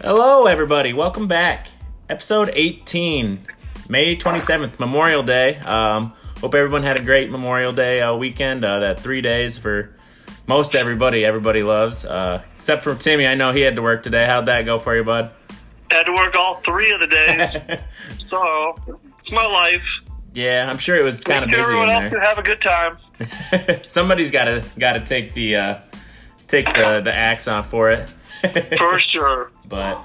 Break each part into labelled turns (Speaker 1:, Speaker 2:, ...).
Speaker 1: Hello, everybody. Welcome back. Episode 18, May 27th, Memorial Day. Um, hope everyone had a great Memorial Day uh, weekend. Uh, that three days for most everybody, everybody loves. Uh, except for Timmy. I know he had to work today. How'd that go for you, bud?
Speaker 2: Had to work all three of the days, so it's my life.
Speaker 1: Yeah, I'm sure it was kind of busy.
Speaker 2: Everyone
Speaker 1: in
Speaker 2: else
Speaker 1: there.
Speaker 2: can have a good time.
Speaker 1: Somebody's got to got to take the uh, take the the axe on for it.
Speaker 2: For sure.
Speaker 1: But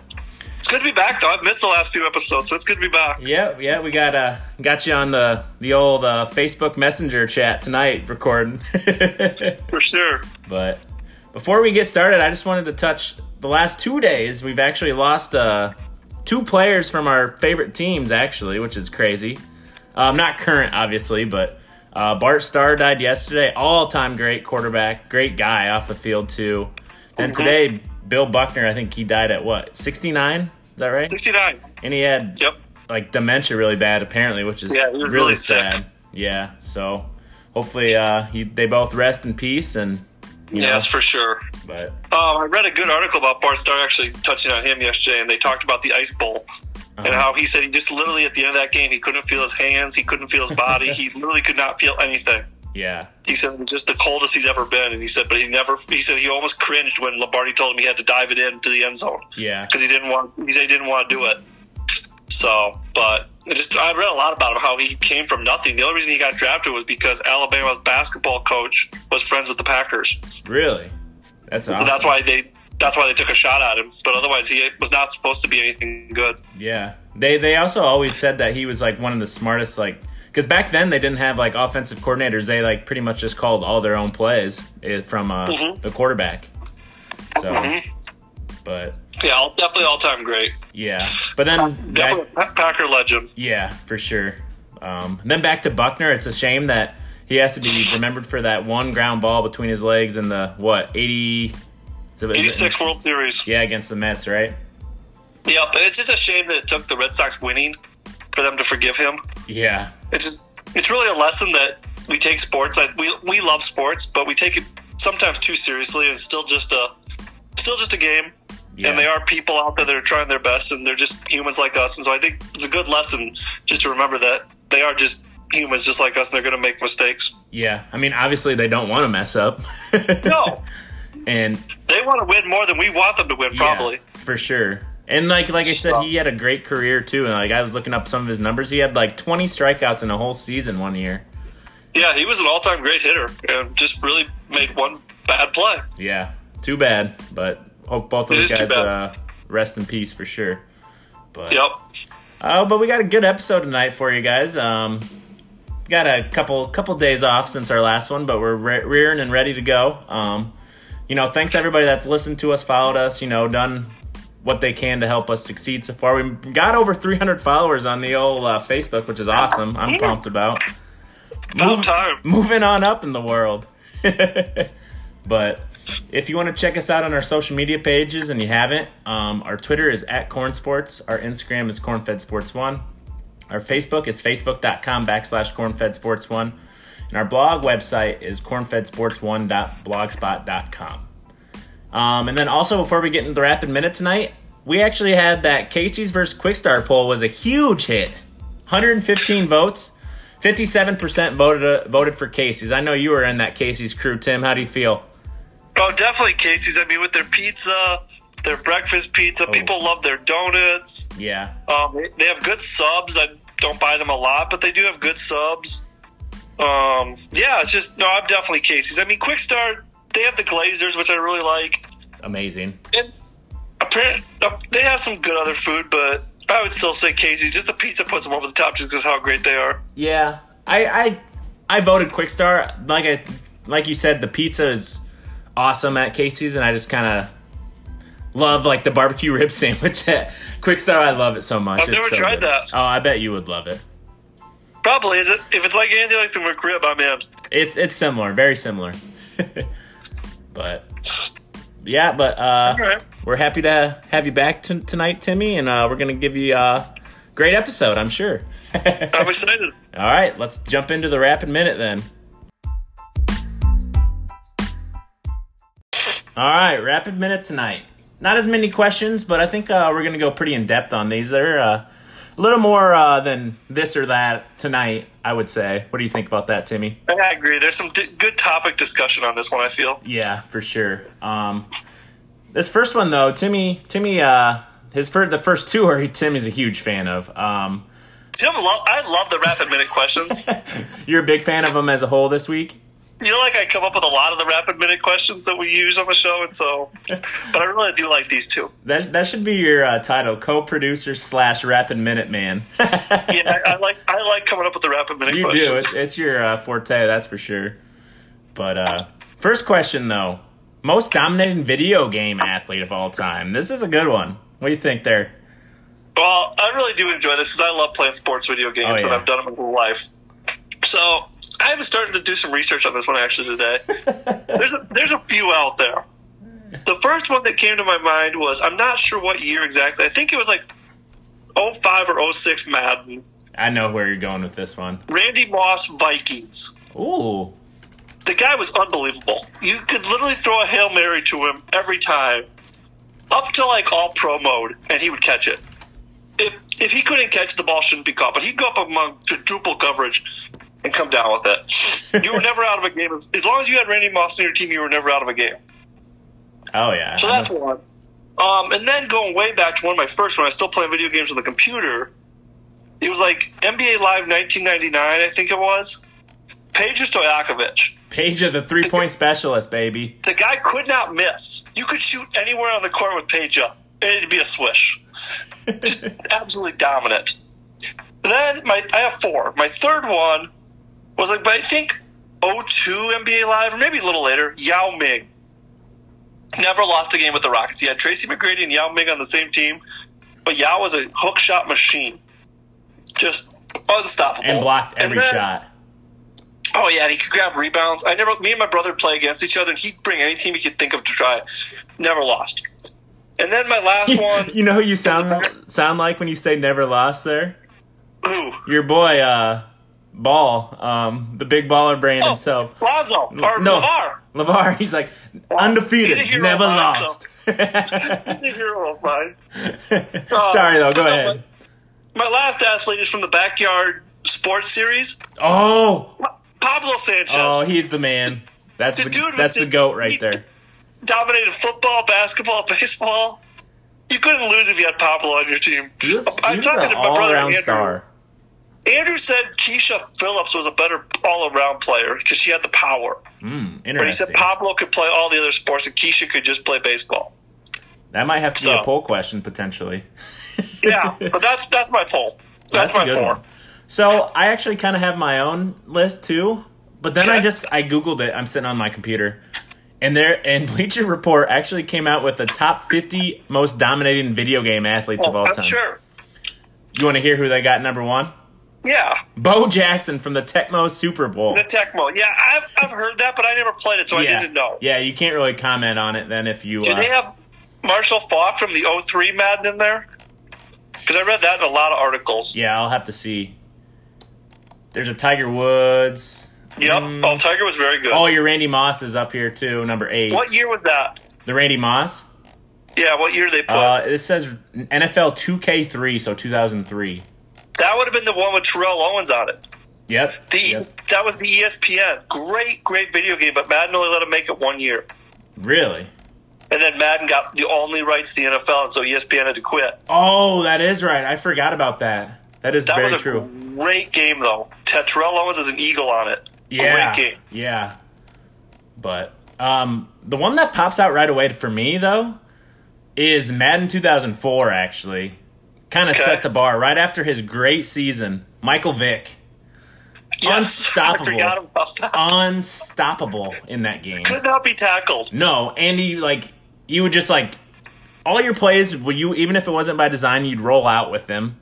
Speaker 2: It's good to be back, though. I've missed the last few episodes, so it's good to be back.
Speaker 1: yeah, yeah, we got uh got you on the the old uh, Facebook Messenger chat tonight recording.
Speaker 2: For sure.
Speaker 1: But before we get started, I just wanted to touch the last two days. We've actually lost uh, two players from our favorite teams, actually, which is crazy. Um, not current, obviously, but uh, Bart Starr died yesterday. All time great quarterback, great guy off the field, too. And
Speaker 2: Mm-hmm.
Speaker 1: today, Bill Buckner, I think he died at what, 69? Is that right?
Speaker 2: 69.
Speaker 1: And he had
Speaker 2: Yep.
Speaker 1: like dementia really bad apparently, which is
Speaker 2: Yeah, he was
Speaker 1: really,
Speaker 2: really sick.
Speaker 1: sad. Yeah, so hopefully uh, he, they both rest in peace and you know,
Speaker 2: Yes, for sure.
Speaker 1: but
Speaker 2: Um, I read a good article about Bart Starr actually touching on him yesterday, and they talked about the ice bowl and
Speaker 1: Uh-huh.
Speaker 2: how he said he just literally at the end of that game he couldn't feel his hands, he couldn't feel his body, he literally could not feel anything.
Speaker 1: yeah,
Speaker 2: He said it was just the coldest he's ever been, and he said, but he never. He said he almost cringed when Lombardi told him he had to dive it in to the end zone.
Speaker 1: yeah,
Speaker 2: because he didn't want he said he didn't want to do it. So, but it just I read a lot about him how he came from nothing. The only reason he got drafted was because Alabama's basketball coach was friends with the Packers,
Speaker 1: really. That's
Speaker 2: so
Speaker 1: awesome.
Speaker 2: that's why they that's why they took a shot at him. But otherwise, he was not supposed to be anything good.
Speaker 1: Yeah, they they also always said that he was like one of the smartest like because back then they didn't have like offensive coordinators. They like pretty much just called all their own plays eh, from uh,
Speaker 2: Mhm.
Speaker 1: the quarterback. So,
Speaker 2: Mm-hmm.
Speaker 1: but
Speaker 2: Yeah, all, definitely all time great.
Speaker 1: yeah, but then back,
Speaker 2: Definitely a Packer legend.
Speaker 1: Yeah, for sure. Um, and then back to Buckner. It's a shame that he has to be remembered for that one ground ball between his legs in the what eighty. is it- is it-
Speaker 2: Eighty six World Series.
Speaker 1: Yeah, against the Mets, right?
Speaker 2: Yep, and it's just a shame that it took the Red Sox winning for them to forgive him.
Speaker 1: Yeah,
Speaker 2: it's just it's really a lesson that we take sports like we we love sports but we take it sometimes too seriously and it's still just a still just a game
Speaker 1: yeah.
Speaker 2: and they are people out there that are trying their best and they're just humans like us and so i think it's a good lesson just to remember that they are just humans just like us and they're going to make mistakes
Speaker 1: Yeah, I mean, obviously they don't want to mess up.
Speaker 2: no
Speaker 1: and
Speaker 2: they want to win more than we want them to win
Speaker 1: yeah,
Speaker 2: probably
Speaker 1: for sure. And like like I said,
Speaker 2: So-
Speaker 1: he had a great career too. And like I was looking up some of his numbers, he had like twenty strikeouts in a whole season one year.
Speaker 2: yeah he was an all-time great hitter and just really made one bad play
Speaker 1: Yeah, too bad. But hope both of
Speaker 2: It
Speaker 1: those
Speaker 2: is too
Speaker 1: guys
Speaker 2: bad.
Speaker 1: uh, rest in peace for sure. But
Speaker 2: yep
Speaker 1: Oh, but we got a good episode tonight for you guys. Um, got a couple couple days off since our last one, but we're re- rearing and ready to go. Um, you know, thanks to everybody that's listened to us, followed us. You know, done what they can to help us succeed so far. We got over 300 followers on the old uh, Facebook, which is awesome. I'm pumped about.
Speaker 2: about time
Speaker 1: Moving on up in the world. but if you want to check us out on our social media pages and you haven't, um, our Twitter is at Corn Sports. Our Instagram is Cornfed Sports One. Our Facebook is facebook.com backslash cornfed sports one. And our blog website is cornfedsports1.blogspot.com. Um, and then also, before we get into the rapid minute tonight, we actually had that Casey's versus Quickstar poll was a huge hit. 115 votes. 57% voted uh, voted for Casey's. I know you were in that Casey's crew, Tim. How do you feel?
Speaker 2: Oh, definitely Casey's. I mean, with their pizza, their breakfast pizza, people love their donuts.
Speaker 1: Yeah.
Speaker 2: Um, they- they have good subs. I don't buy them a lot, but they do have good subs. Um, yeah, it's just no. I'm definitely Casey's. I mean, Quick Start. They have the Glazers, which I really like.
Speaker 1: Amazing.
Speaker 2: And apparent, uh, they have some good other food, but I would still say Casey's. Just the pizza puts them over the top, just because how great they are.
Speaker 1: Yeah, I I I voted Quickstar. Like I like you said, the pizza is awesome at Casey's, and I just kind of love like the barbecue rib sandwich at Quickstar. I love it so much.
Speaker 2: I've never
Speaker 1: so
Speaker 2: tried
Speaker 1: good.
Speaker 2: that.
Speaker 1: Oh, I bet you would love it.
Speaker 2: Probably is it if it's like anything like the McRib, I'm in.
Speaker 1: It's it's similar, very similar. but yeah, but uh,
Speaker 2: All right.
Speaker 1: we're happy to have you back t- tonight, Timmy, and uh, we're gonna give you a great episode, I'm sure.
Speaker 2: I'm excited.
Speaker 1: All right, let's jump into the rapid minute then. All right, rapid minute tonight. not as many questions, but I think uh, we're gonna go pretty in depth on these. They're uh, a little more uh, than this or that tonight, I would say. What do you think about that, Timmy?
Speaker 2: I agree. There's some d- good topic discussion on this one. I feel.
Speaker 1: Yeah, for sure. Um, this first one though, Timmy, Timmy, uh, his first, the first two are Timmy's a huge fan of. Um,
Speaker 2: Tim, lo- I love the rapid minute questions.
Speaker 1: you're a big fan of them as a whole this week.
Speaker 2: you know, like I come up with a lot of the rapid minute questions that we use on the show, and so, but I really do like these two.
Speaker 1: That that should be your uh, title, co-producer slash rapid minute man.
Speaker 2: Yeah, I, I like I like coming up with the rapid minute
Speaker 1: you do.
Speaker 2: questions.
Speaker 1: It's, it's your uh, forte, that's for sure. But uh, first question though, most dominating video game athlete of all time. This is a good one. What do you think there?
Speaker 2: Well, I really do enjoy this because I love playing sports video games,
Speaker 1: Oh, yeah.
Speaker 2: and I've done them my whole life. So I was starting to do some research on this one actually today. there's a, there's a few out there. The first one that came to my mind was I'm not sure what year exactly. I think it was like 05 or 06 Madden.
Speaker 1: I know where you're going with this one.
Speaker 2: Randy Moss Vikings.
Speaker 1: Ooh,
Speaker 2: the guy was unbelievable. You could literally throw a hail mary to him every time, up to like all pro mode, and he would catch it. If if he couldn't catch the ball, shouldn't be caught. But he'd go up among quadruple coverage and come down with it. You were never out of a game as long as you had Randy Moss on your team. You were never out of a game.
Speaker 1: oh yeah.
Speaker 2: So that's one. Um, and then going way back to one of my first when I was still playing video games on the computer, it was like NBA Live 1999, I think it was. Pager Stojakovic.
Speaker 1: Page of the three point specialist, baby.
Speaker 2: The guy could not miss. You could shoot anywhere on the court with Page up, and it'd be a swish. Just absolutely dominant. Then my I have four. My third one was like, but I think 02 NBA Live, or maybe a little later, Yao Ming. Never lost a game with the Rockets. He had Tracy McGrady and Yao Ming on the same team, but Yao was a hook shot machine. Just unstoppable.
Speaker 1: And blocked every
Speaker 2: then-
Speaker 1: shot.
Speaker 2: Oh yeah, and he could grab rebounds. I never, me and my brother play against each other, and he'd bring any team he could think of to try. Never lost. And then my last one,
Speaker 1: you know who you sound sound like when you say never lost there?
Speaker 2: who?
Speaker 1: Your boy, uh, Ball, um, the big baller brain
Speaker 2: Oh.
Speaker 1: himself.
Speaker 2: Lonzo or
Speaker 1: No.
Speaker 2: Lavar.
Speaker 1: LeVar, he's like, undefeated,
Speaker 2: He's a hero,
Speaker 1: never
Speaker 2: Lonzo.
Speaker 1: lost.
Speaker 2: He's a hero of mine.
Speaker 1: Sorry, though, go
Speaker 2: Uh,
Speaker 1: ahead.
Speaker 2: My last athlete is from the backyard sports series,
Speaker 1: Oh,
Speaker 2: Pablo Sanchez.
Speaker 1: oh, he's the man. That's
Speaker 2: The
Speaker 1: the,
Speaker 2: dude with
Speaker 1: that's the
Speaker 2: the-
Speaker 1: goat right there.
Speaker 2: Dominated football, basketball, baseball. You couldn't lose if you had Pablo on your team.
Speaker 1: He was, he
Speaker 2: I'm
Speaker 1: was
Speaker 2: talking
Speaker 1: an
Speaker 2: to my brother
Speaker 1: all-around
Speaker 2: Andrew.
Speaker 1: star.
Speaker 2: Andrew said Keisha Phillips was a better all-around player because she had the power. But he said
Speaker 1: Interesting.
Speaker 2: Pablo could play all the other sports and Keisha could just play baseball.
Speaker 1: That might have to be a
Speaker 2: So.
Speaker 1: poll question potentially.
Speaker 2: Yeah, but that's that's my poll. That's, my four.
Speaker 1: one. So I actually kind of have my own list too, but then I
Speaker 2: Okay.
Speaker 1: just I googled it. I'm sitting on my computer, and there and Bleacher Report actually came out with the top 50 most dominating video game athletes of all
Speaker 2: Oh, I'm
Speaker 1: time.
Speaker 2: sure.
Speaker 1: You want to hear who they got number one?
Speaker 2: Yeah,
Speaker 1: Bo Jackson from the Tecmo Super Bowl.
Speaker 2: the Tecmo. Yeah, I've I've heard that, but I never played it, so I didn't know.
Speaker 1: yeah, you can't really comment on it then if you.
Speaker 2: Do
Speaker 1: Uh,
Speaker 2: they have Marshall Falk from the 03 Madden in there? Because I read that in a lot of articles.
Speaker 1: yeah, I'll have to see. There's a Tiger Woods.
Speaker 2: Yep. Oh, Tiger was very good.
Speaker 1: Oh, your Randy Moss is up here too, number eight.
Speaker 2: What year was that?
Speaker 1: The Randy Moss.
Speaker 2: Yeah, what year they put?
Speaker 1: Uh, this says NFL 2K3, so 2003.
Speaker 2: that would have been the one with Terrell Owens on it.
Speaker 1: Yep.
Speaker 2: The
Speaker 1: yep.
Speaker 2: that was the E ESPN. Great, great video game, but Madden only let him make it one year.
Speaker 1: Really?
Speaker 2: And then Madden got the only rights to the NFL, and so E ESPN had to quit.
Speaker 1: Oh, that is right. I forgot about that. That is
Speaker 2: That
Speaker 1: very
Speaker 2: was a
Speaker 1: true.
Speaker 2: great game, though. Tetrell Owens is an eagle on it.
Speaker 1: Yeah.
Speaker 2: Great game.
Speaker 1: Yeah. But um, the one that pops out right away for me though is Madden 2004. Actually, kind of
Speaker 2: Okay.
Speaker 1: set the bar right after his great season. Michael Vick, Unstoppable.
Speaker 2: I forgot about that.
Speaker 1: unstoppable in that game.
Speaker 2: Could not be tackled.
Speaker 1: No, Andy, like you would just like all your plays. Would you even if it wasn't by design, you'd roll out with them,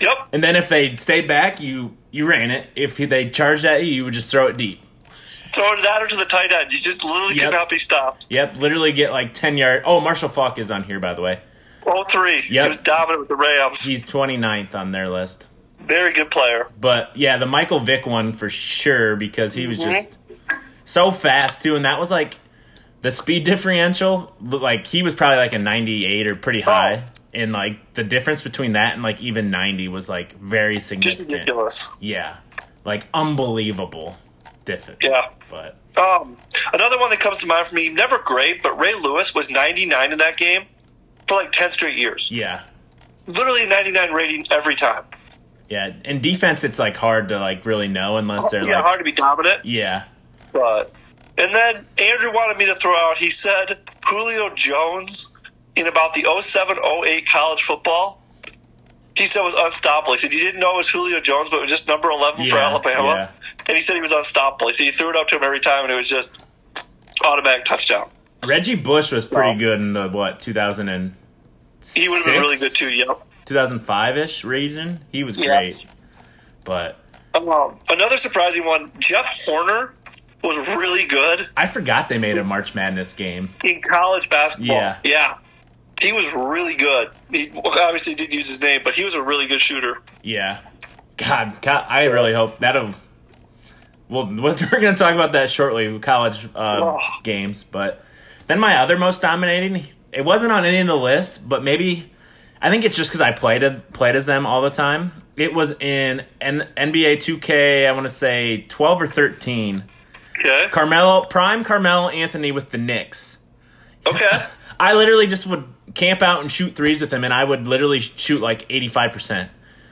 Speaker 2: Yep.
Speaker 1: and then if they stayed back, you you ran it. If they charged at you, you would just throw it deep.
Speaker 2: Throw it at or to the tight end. You just literally
Speaker 1: Yep.
Speaker 2: could not be stopped.
Speaker 1: Yep, literally get like ten yard. Oh, Marshall Falk is on here by the way.
Speaker 2: Oh three.
Speaker 1: Yep.
Speaker 2: He was dominant with the Rams.
Speaker 1: He's 29th on their list.
Speaker 2: Very good player.
Speaker 1: But yeah, the Michael
Speaker 2: Mm-hmm.
Speaker 1: Vick one for sure because he was just so fast too, and that was like the speed differential, like he was probably like a 98 or pretty high,
Speaker 2: Oh.
Speaker 1: and like the difference between that and like even 90 was like very
Speaker 2: Just
Speaker 1: significant.
Speaker 2: ridiculous.
Speaker 1: Yeah, like unbelievable difference.
Speaker 2: Yeah.
Speaker 1: but
Speaker 2: Um, another one that comes to mind for me, never great, but Ray Lewis was 99 in that game for like 10 straight years.
Speaker 1: yeah,
Speaker 2: Literally 99 rating every time.
Speaker 1: yeah. In defense, it's like hard to like really know unless they're
Speaker 2: Oh, yeah,
Speaker 1: like
Speaker 2: hard to be dominant.
Speaker 1: yeah,
Speaker 2: But and then Andrew wanted me to throw out. He said Julio Jones in about the 07-08 college football. He said was unstoppable. He said he didn't know it was Julio Jones, but it was just number eleven for
Speaker 1: Yeah,
Speaker 2: Alabama.
Speaker 1: yeah.
Speaker 2: And he said he was unstoppable. He said he threw it up to him every time, and it was just automatic touchdown.
Speaker 1: Reggie Bush was pretty
Speaker 2: Well-
Speaker 1: good in the what 2000 and
Speaker 2: Oh. He would have been really good too. Yep.
Speaker 1: 2005 ish region. He was great,
Speaker 2: Yes.
Speaker 1: but
Speaker 2: Um, another surprising one. Jeff Horner was really good
Speaker 1: I forgot they made a March Madness game.
Speaker 2: in college basketball.
Speaker 1: Yeah.
Speaker 2: yeah. He was really good. He obviously didn't use his name, but he was a really good shooter.
Speaker 1: Yeah. God, God I really hope that'll. Well, we're going to talk about that shortly, college uh,
Speaker 2: Oh.
Speaker 1: games. But then my other most dominating, it wasn't on any of the list, but maybe I think it's just because I played played as them all the time. It was in N- NBA 2K. I want to say 12 or 13.
Speaker 2: Okay.
Speaker 1: Carmelo, prime Carmelo Anthony with the Knicks.
Speaker 2: Okay.
Speaker 1: I literally just would camp out and shoot threes with him, and I would literally shoot like eighty five percent.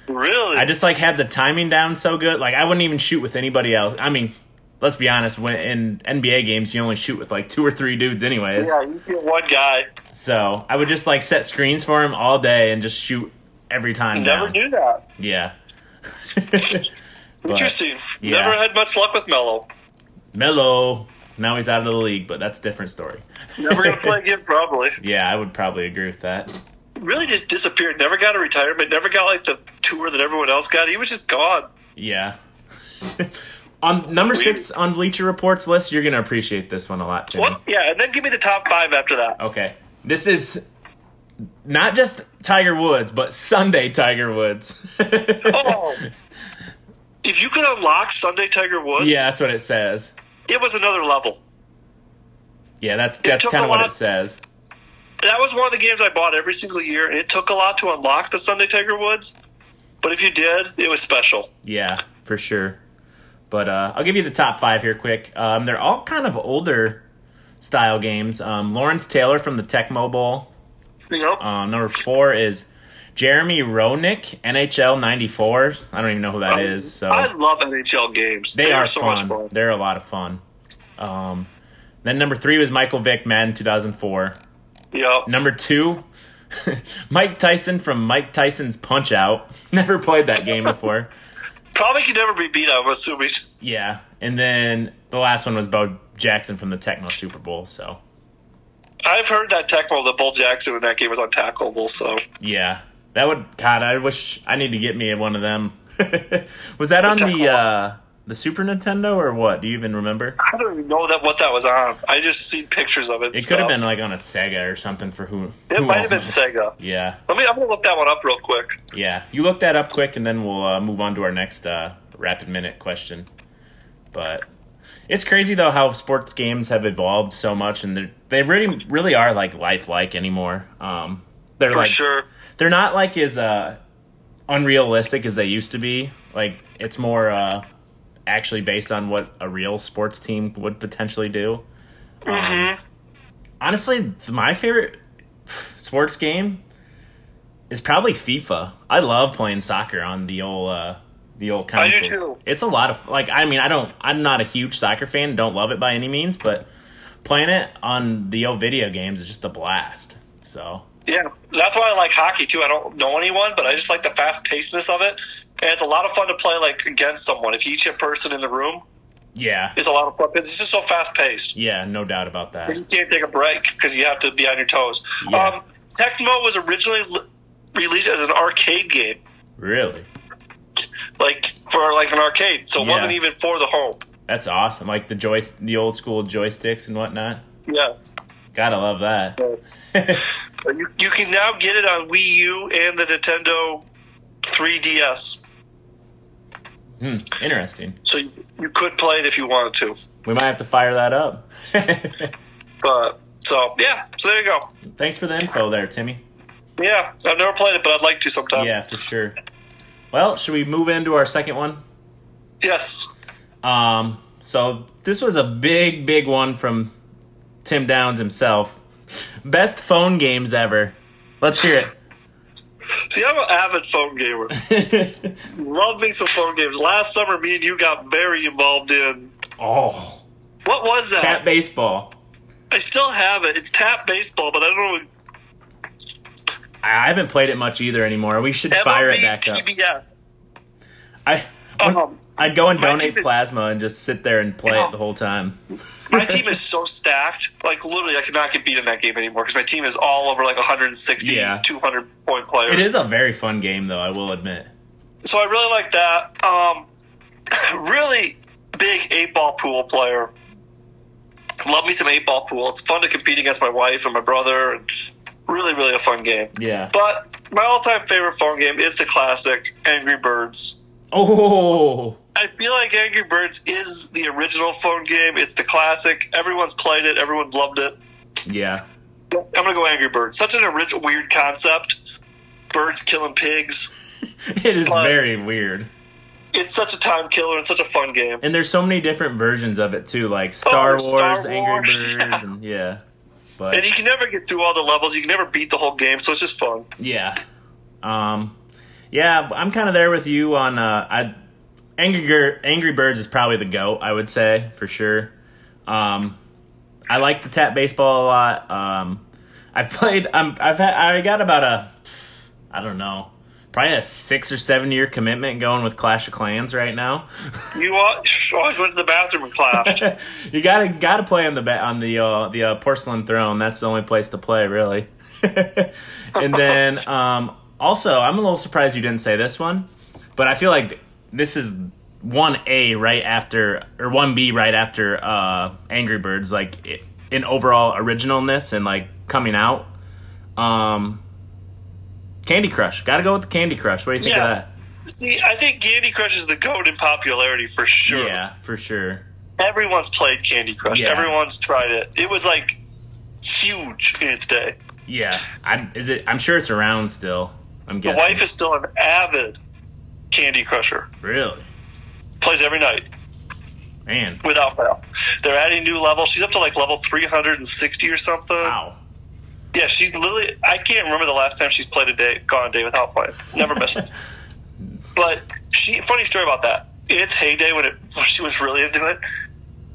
Speaker 2: Really?
Speaker 1: I just like had the timing down so good. Like I wouldn't even shoot with anybody else. I mean, let's be honest. When in NBA games, you only shoot with like two or three dudes, anyways.
Speaker 2: yeah, you see one guy.
Speaker 1: So I would just like set screens for him all day and just shoot every time.
Speaker 2: Never
Speaker 1: down.
Speaker 2: knew that.
Speaker 1: Yeah.
Speaker 2: Interesting.
Speaker 1: yeah.
Speaker 2: Never had much luck with Melo.
Speaker 1: Melo. Now he's out of the league, but that's a different story.
Speaker 2: Never gonna play again, probably.
Speaker 1: Yeah, I would probably agree with that.
Speaker 2: Really, just disappeared. Never got a retirement. Never got like the tour that everyone else got. He was just gone.
Speaker 1: Yeah. on number six on Bleacher Report's list, you're gonna appreciate this one a lot, Timmy.
Speaker 2: What? Yeah, and then give me the top five after that.
Speaker 1: Okay. This is not just Tiger Woods, but Sunday Tiger Woods.
Speaker 2: Oh. if you could unlock Sunday Tiger Woods,
Speaker 1: yeah, that's what it says.
Speaker 2: it was another level.
Speaker 1: Yeah, that's that's
Speaker 2: took
Speaker 1: kind
Speaker 2: a
Speaker 1: of what
Speaker 2: lot.
Speaker 1: it says.
Speaker 2: That was one of the games I bought every single year, and it took a lot to unlock the Sunday Tiger Woods. But if you did, it was special.
Speaker 1: Yeah, for sure. But uh, I'll give you the top five here quick. Um, they're all kind of older style games. Um, Lawrence Taylor from the Tech Mobile.
Speaker 2: You know?
Speaker 1: Um, number four is Jeremy Roenick, NHL 94. I don't even know who that is. So
Speaker 2: Oh, I love NHL games.
Speaker 1: they, are,
Speaker 2: so
Speaker 1: fun.
Speaker 2: much fun.
Speaker 1: They're a lot of fun. Um, then number three was Michael Vick, Madden 2004.
Speaker 2: Yeah.
Speaker 1: Number two, Mike Tyson from Mike Tyson's Punch Out. Never played that game before.
Speaker 2: Probably could never be beat, I'm assuming.
Speaker 1: yeah, and then the last one was Bo Jackson from the Tecmo Super Bowl. So
Speaker 2: I've heard that tackle that Bull Jackson in that game was untackleable, so
Speaker 1: yeah, that would God. I wish I need to get me one of them. was that on the uh, the Super Nintendo or what? Do you even remember?
Speaker 2: I don't even know that what that was on. I just seen pictures of it. and
Speaker 1: It could
Speaker 2: stuff.
Speaker 1: have been like on a Sega or something for who?
Speaker 2: It
Speaker 1: who
Speaker 2: might have been
Speaker 1: knows?
Speaker 2: Sega.
Speaker 1: Yeah,
Speaker 2: Let me. I'm gonna look that one up real quick.
Speaker 1: yeah. You look that up quick, and then we'll uh, move on to our next uh, rapid minute question. But it's crazy though how sports games have evolved so much, and they're- they really, really are like lifelike anymore. Um, they're
Speaker 2: For
Speaker 1: like
Speaker 2: sure.
Speaker 1: they're not like as uh, unrealistic as they used to be. Like it's more uh, actually based on what a real sports team would potentially do. Um,
Speaker 2: Mm-hmm.
Speaker 1: Honestly, th- my favorite sports game is probably FIFA. I love playing soccer on the old uh, the old
Speaker 2: I
Speaker 1: console.
Speaker 2: do too.
Speaker 1: It's a lot of like I mean I don't I'm not a huge soccer fan. Don't love it by any means, but playing it on the old video games is just a blast. So
Speaker 2: Yeah. That's why I like hockey too. I don't know anyone, but I just like the fast pacedness of it, and it's a lot of fun to play like against someone. If you each have person in the room,
Speaker 1: yeah,
Speaker 2: it's a lot of fun. It's just so fast paced.
Speaker 1: Yeah, no doubt about that.
Speaker 2: You can't take a break because you have to be on your toes.
Speaker 1: Yeah.
Speaker 2: Um, Tecmo was originally l- released as an arcade game,
Speaker 1: Really?
Speaker 2: like for like an arcade, so it
Speaker 1: Yeah.
Speaker 2: wasn't even for the home.
Speaker 1: That's awesome. Like the joy the old school joysticks and whatnot.
Speaker 2: Yes,
Speaker 1: Gotta love that. Hmm,
Speaker 2: But you, you can now get it on Wii U and the Nintendo 3DS,
Speaker 1: Hmm, interesting.
Speaker 2: so you, you could play it if you wanted to.
Speaker 1: We might have to fire that up.
Speaker 2: But so yeah, so there you go.
Speaker 1: Thanks for the info there, Timmy.
Speaker 2: Yeah, I've never played it, but I'd like to sometime.
Speaker 1: Yeah, for sure. Well, should we move into our second one?
Speaker 2: Yes.
Speaker 1: Um, so this was a big, big one from Tim Downs himself. Best phone games ever. Let's hear it.
Speaker 2: See, I'm an avid phone gamer. Love me some phone games. Last summer, me and you got very involved in.
Speaker 1: oh,
Speaker 2: What was that?
Speaker 1: cat baseball.
Speaker 2: I still have it. It's tap baseball, but I don't know.
Speaker 1: I haven't played it much either anymore. We should fire it back up.
Speaker 2: TBS.
Speaker 1: I
Speaker 2: Um,
Speaker 1: I'd go and
Speaker 2: My
Speaker 1: donate
Speaker 2: team is-
Speaker 1: plasma and just sit there and play
Speaker 2: Yeah.
Speaker 1: it the whole time.
Speaker 2: my team is so stacked. Like, literally, I cannot get beat in that game anymore because my team is all over like 160,
Speaker 1: Yeah.
Speaker 2: 200 point players.
Speaker 1: It is a very fun game, though. I will admit.
Speaker 2: So I really like that. Um, really big eight ball pool player. Love me some eight ball pool. It's fun to compete against my wife and my brother. and Really, really a fun game.
Speaker 1: Yeah.
Speaker 2: But my all time favorite phone game is the classic Angry Birds.
Speaker 1: Oh,
Speaker 2: I feel like Angry Birds is the original phone game. It's the classic. Everyone's played it. Everyone's loved it.
Speaker 1: yeah.
Speaker 2: I'm gonna go Angry Birds. Such an original, weird concept. Birds killing pigs.
Speaker 1: It is
Speaker 2: But-
Speaker 1: very weird.
Speaker 2: It's such a time killer and such a fun game.
Speaker 1: And there's so many different versions of it too, like Star
Speaker 2: Oh,
Speaker 1: Wars,
Speaker 2: Star
Speaker 1: Angry Birds,
Speaker 2: Wars, yeah.
Speaker 1: and yeah.
Speaker 2: And
Speaker 1: But
Speaker 2: you can never get through all the levels. You can never beat the whole game, so it's just fun.
Speaker 1: yeah, um, yeah, I'm kind of there with you on. Uh, I Angry Gir- Angry Birds is probably the goat, I would say for sure. Um, I like the tap baseball a lot. Um, I've played. I'm, I've had. I got about a. I don't know. Probably a six or seven year commitment going with Clash of Clans right now.
Speaker 2: You al- always went to the bathroom in class.
Speaker 1: you gotta gotta play on the ba- on the uh, the uh, porcelain throne. That's the only place to play, really. and then um, also, I'm a little surprised you didn't say this one, but I feel like this is one A right after or one B right after uh, Angry Birds, like i in overall originalness and like coming out. Um, Candy Crush, gotta go with the Candy Crush. What do you think
Speaker 2: Yeah.
Speaker 1: of that?
Speaker 2: See, I think Candy Crush is the goat in popularity for sure.
Speaker 1: Yeah, for sure.
Speaker 2: Everyone's played Candy Crush.
Speaker 1: Yeah.
Speaker 2: Everyone's tried it. It was like huge in its day.
Speaker 1: Yeah, I, is it? I'm sure it's around still. I'm
Speaker 2: My
Speaker 1: guessing.
Speaker 2: wife is still an avid Candy Crusher.
Speaker 1: Really?
Speaker 2: Plays every night
Speaker 1: Man.
Speaker 2: without fail. They're adding new levels. She's up to like level 360 or something.
Speaker 1: Wow.
Speaker 2: Yeah, she's literally. I can't remember the last time she's played a day, gone a day without playing. Never missed it. But she, funny story about that. In its heyday, when it when she was really into it,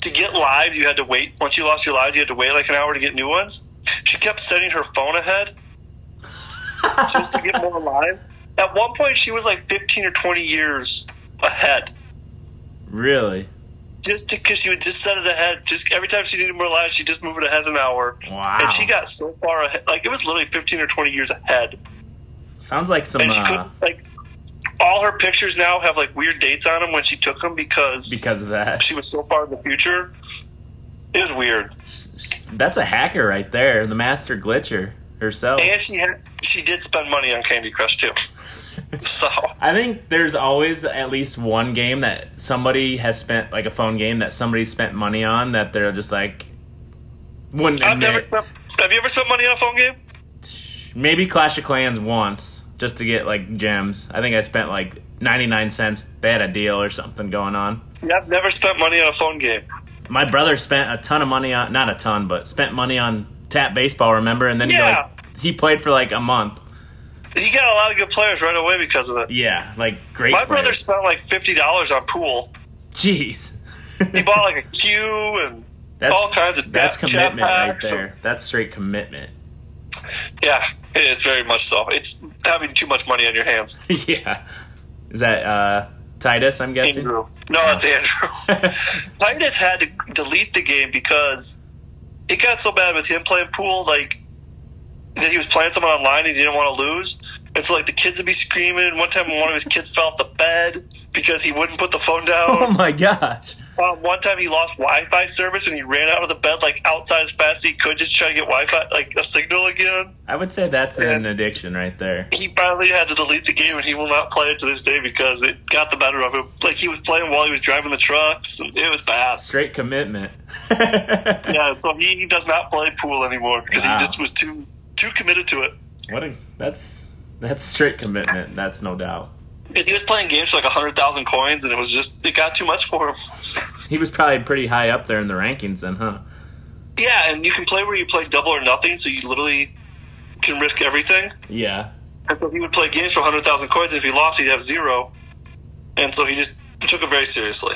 Speaker 2: to get lives, you had to wait. Once you lost your lives, you had to wait like an hour to get new ones. She kept sending her phone ahead just to get more lives. At one point, she was like fifteen or twenty years ahead,
Speaker 1: Really?
Speaker 2: just because she would just set it ahead. Just every time she needed more lives, she just moved it ahead an hour.
Speaker 1: Wow.
Speaker 2: And she got so far ahead, like it was literally fifteen or twenty years ahead.
Speaker 1: Sounds like some
Speaker 2: and she
Speaker 1: uh,
Speaker 2: couldn't like all her pictures now have like weird dates on them when she took them because,
Speaker 1: because of that.
Speaker 2: she was so far in the future. It was weird,
Speaker 1: That's a hacker right there, the master glitcher herself.
Speaker 2: and she had she did spend money on Candy Crush too. so
Speaker 1: I think there's always at least one game that somebody has spent like a phone game that somebody spent money on that they're just like wouldn't
Speaker 2: I've never
Speaker 1: admit.
Speaker 2: spent, have you ever spent money on a phone game?
Speaker 1: Maybe Clash of Clans once just to get like gems. I think I spent like 99 cents. They had a deal or something going on.
Speaker 2: Yeah, I've never spent money on a phone game.
Speaker 1: my brother spent a ton of money on not a ton but spent money on tap baseball remember and then he
Speaker 2: Yeah.
Speaker 1: like he played for like a month
Speaker 2: He got a lot of good players right away because of it.
Speaker 1: yeah like great
Speaker 2: My brother
Speaker 1: players.
Speaker 2: spent like fifty dollars on pool.
Speaker 1: jeez
Speaker 2: He bought like a cue and
Speaker 1: that's,
Speaker 2: all kinds of
Speaker 1: that's
Speaker 2: jap-
Speaker 1: commitment right
Speaker 2: jetpacks and-
Speaker 1: there that's straight commitment
Speaker 2: Yeah, it's very much so. It's having too much money on your hands.
Speaker 1: yeah is that uh titus i'm guessing
Speaker 2: Andrew. No, it's Andrew. Titus had to delete the game because it got so bad with him playing pool, like that he was playing someone online and he didn't want to lose. And so, like, the kids would be screaming. And One time, one of his kids fell off the bed because he wouldn't put the phone
Speaker 1: Oh
Speaker 2: down.
Speaker 1: my gosh.
Speaker 2: Um, one time, he lost Wi Fi service and he ran out of the bed, like, outside as fast as he could, just try to get Wi Fi, like, a signal again.
Speaker 1: I would say that's an addiction right there.
Speaker 2: He finally had to delete the game and he will not play it to this day because it got the better of him. Like, he was playing while he was driving the trucks. And it was bad.
Speaker 1: Straight commitment.
Speaker 2: Yeah, so he, he does not play pool anymore because
Speaker 1: Wow.
Speaker 2: he just was too too committed to it.
Speaker 1: What a that's that's straight commitment. That's no doubt.
Speaker 2: Because he was playing games for like hundred thousand coins, and it was just it got too much for him.
Speaker 1: He was probably pretty high up there in the rankings then, huh?
Speaker 2: Yeah, and you can play where you play double or nothing, so you literally can risk everything.
Speaker 1: Yeah.
Speaker 2: And so he would play games for hundred thousand coins, and if he lost, he'd have zero. And so he just took it very seriously.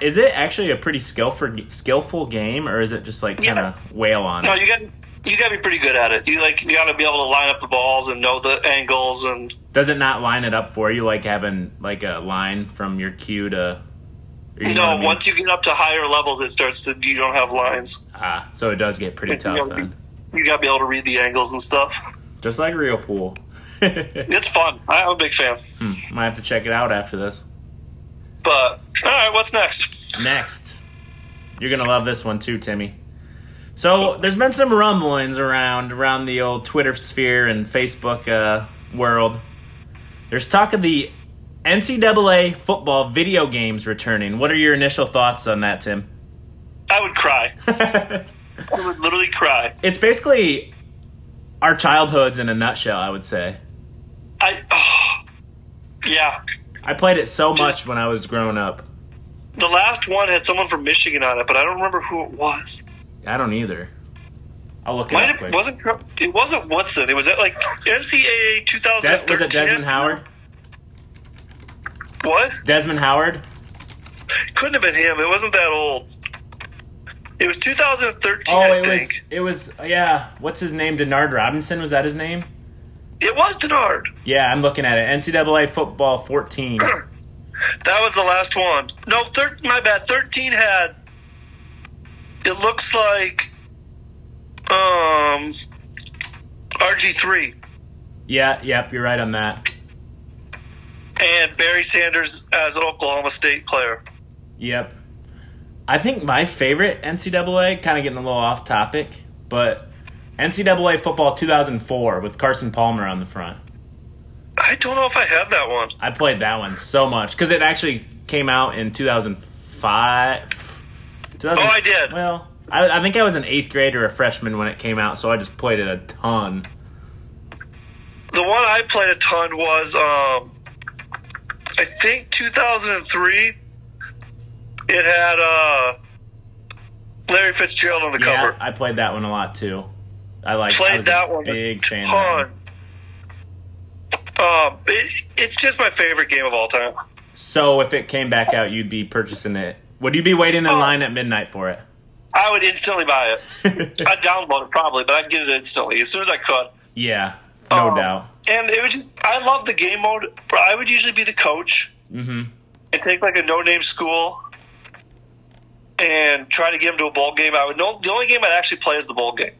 Speaker 1: Is it actually a pretty skillful skillful game, or is it just like kind of wail on
Speaker 2: No,
Speaker 1: it?
Speaker 2: you got you got to be pretty good at it. You like you got to be able to line up the balls and know the angles and
Speaker 1: Does it not line it up for you, like having like a line from your cue to? or you know what I
Speaker 2: no.
Speaker 1: mean?
Speaker 2: Once you get up to higher levels, it starts to you don't have lines.
Speaker 1: Ah, so it does get pretty
Speaker 2: you
Speaker 1: tough
Speaker 2: gotta be-
Speaker 1: then,
Speaker 2: you got to be able to read the angles and stuff.
Speaker 1: just like real pool. Might
Speaker 2: It's fun. I, I'm a big fan.
Speaker 1: have to check it out after this.
Speaker 2: But all right, what's next?
Speaker 1: Next, you're gonna love this one too, Timmy. So there's been some rumblings around around the old Twitter sphere and Facebook uh, world. There's talk of the NCAA football video games returning. What are your initial thoughts on that, Tim?
Speaker 2: I would cry. I would literally cry.
Speaker 1: It's basically our childhoods in a nutshell, I would say.
Speaker 2: I. Oh, yeah.
Speaker 1: I played it so much when I was growing up.
Speaker 2: The last one had someone from Michigan on it, but I don't remember who it was.
Speaker 1: I don't either. I'll look it
Speaker 2: Might
Speaker 1: up.
Speaker 2: have,
Speaker 1: quick.
Speaker 2: wasn't Trump- it wasn't Woodson. It was at like NCAA
Speaker 1: De-
Speaker 2: 2013.
Speaker 1: was it Desmond Howard?
Speaker 2: What?
Speaker 1: Desmond Howard?
Speaker 2: Couldn't have been him. It wasn't that old. It was 2013.
Speaker 1: Oh,
Speaker 2: I
Speaker 1: it was.
Speaker 2: think
Speaker 1: It was. Yeah. What's his name? Denard Robinson. Was that his name?
Speaker 2: it was Denard.
Speaker 1: Yeah, I'm looking at it. NCAA football 14.
Speaker 2: That was the last one. No, thir- my bad. Thirteen had. It looks like, um, RG three
Speaker 1: yeah. Yep. You're right on that.
Speaker 2: and Barry Sanders as an Oklahoma State player.
Speaker 1: Yep. I think my favorite NCAA, kind of getting a little off topic, but NCAA football 2004 with Carson Palmer on the front.
Speaker 2: I don't know if I had that one.
Speaker 1: I played that one so much because it actually came out in 2005. 2000
Speaker 2: Oh, I did.
Speaker 1: Well, I, I think I was an eighth grade or a freshman when it came out, so I just played it a ton.
Speaker 2: The one I played a ton was, um, I think 2003. It had uh, Larry Fitzgerald on the
Speaker 1: Yeah,
Speaker 2: cover.
Speaker 1: I played that one a lot too. I like
Speaker 2: played that one a
Speaker 1: Big fan. of that
Speaker 2: ton.
Speaker 1: one.
Speaker 2: Um, it, it's just my favorite game of all time.
Speaker 1: So if it came back out, you'd be purchasing it. Would you be waiting in
Speaker 2: Oh.
Speaker 1: line at midnight for it?
Speaker 2: I would instantly buy it. I'd download it probably, but I'd get it instantly as soon as I could.
Speaker 1: yeah, no
Speaker 2: Um,
Speaker 1: doubt.
Speaker 2: And it was just, I love the game mode. Bro, I would usually be the coach
Speaker 1: Mm-hmm.
Speaker 2: and take like a no name school and try to get them to a bowl game. I would know the only game I'd actually play is the bowl game.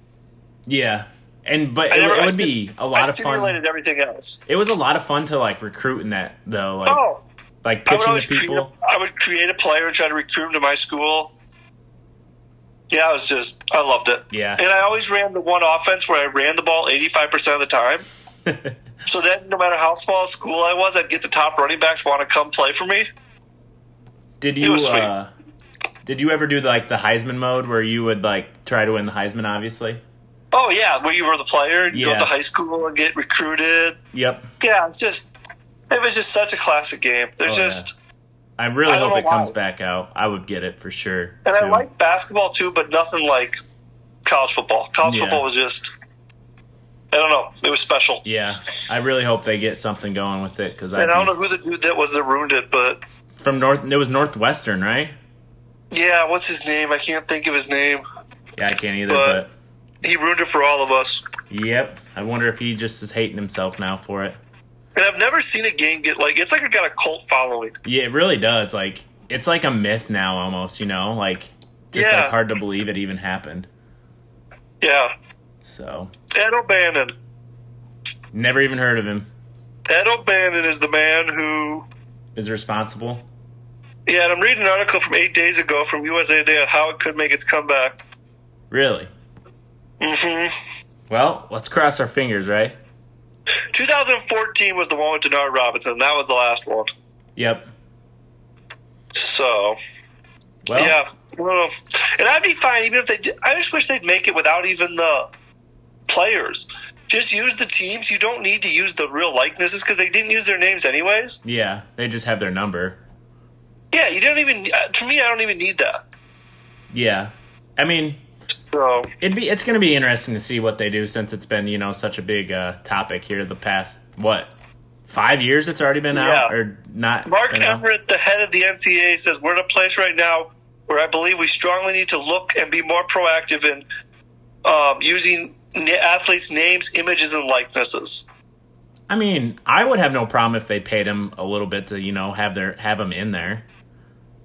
Speaker 1: Yeah, and but
Speaker 2: I
Speaker 1: it,
Speaker 2: never-
Speaker 1: it
Speaker 2: I
Speaker 1: would
Speaker 2: sim-
Speaker 1: be a
Speaker 2: I
Speaker 1: lot of fun.
Speaker 2: simulated everything else.
Speaker 1: It was a lot of fun to like recruit in that though, like
Speaker 2: Oh,
Speaker 1: like
Speaker 2: I would
Speaker 1: pitching
Speaker 2: always
Speaker 1: to
Speaker 2: create a,
Speaker 1: people.
Speaker 2: I would create a player and try to recruit him to my school. Yeah, it was just, I loved it.
Speaker 1: Yeah.
Speaker 2: And I always ran the one offense where I ran the ball 85% of the time. So then, no matter how small a school I was, I'd get the top running backs want to come play for me.
Speaker 1: did you
Speaker 2: was sweet.
Speaker 1: uh, did you ever do like the Heisman mode where you would like try to win the Heisman? Obviously.
Speaker 2: Oh yeah, where you were the player, you
Speaker 1: Yeah.
Speaker 2: go to high school and get recruited.
Speaker 1: Yep.
Speaker 2: Yeah, it's just it was just such a classic game. There's
Speaker 1: Oh, yeah.
Speaker 2: just
Speaker 1: I really
Speaker 2: I don't
Speaker 1: hope it
Speaker 2: know why.
Speaker 1: comes back out. I would get it for sure.
Speaker 2: and I
Speaker 1: too.
Speaker 2: like basketball too, but nothing like college football. College
Speaker 1: Yeah.
Speaker 2: football was just I don't know, it was special.
Speaker 1: Yeah, I really hope they get something going with it because I
Speaker 2: And I don't know
Speaker 1: think-
Speaker 2: who the dude that was that ruined it, but
Speaker 1: from North. It was Northwestern, right?
Speaker 2: yeah, what's his name? I can't think of his name.
Speaker 1: Yeah, I can't either.
Speaker 2: But-
Speaker 1: But,
Speaker 2: He ruined it for all of us.
Speaker 1: yep, I wonder if he just is hating himself now for it.
Speaker 2: And I've never seen a game get like it's like it got a cult following.
Speaker 1: Yeah, it really does. Like it's like a myth now, almost. You know, like just
Speaker 2: Yeah.
Speaker 1: like hard to believe it even happened.
Speaker 2: Yeah.
Speaker 1: So
Speaker 2: Ed O'Bannon.
Speaker 1: Never even heard of him.
Speaker 2: Ed O'Bannon is the man who
Speaker 1: Is responsible.
Speaker 2: Yeah, and I'm reading an article from eight days ago from USA Today on how it could make its comeback.
Speaker 1: Really?
Speaker 2: hmm
Speaker 1: Well, let's cross our fingers, right?
Speaker 2: 2014 was the one with Denard Robinson. That was the last one.
Speaker 1: Yep.
Speaker 2: So,
Speaker 1: Well,
Speaker 2: yeah. Well, and I'd be fine even if they. Did, I just wish they'd make it without even the players. Just use the teams. You don't need to use the real likenesses because they didn't use their names anyways.
Speaker 1: yeah, they just have their number.
Speaker 2: Yeah, you don't even. uh, To me, I don't even need that.
Speaker 1: Yeah. I mean,
Speaker 2: So,
Speaker 1: it'd be it's going to be interesting to see what they do since it's been, you know, such a big uh, topic here the past what? 5 years it's already been out
Speaker 2: Yeah.
Speaker 1: or not.
Speaker 2: Mark
Speaker 1: you know?
Speaker 2: Everett, the head of the NCAA, says we're in a place right now where I believe we strongly need to look and be more proactive in um, using na- athletes' names, images, and likenesses.
Speaker 1: I mean, I would have no problem if they paid him a little bit to, you know, have their have him in there.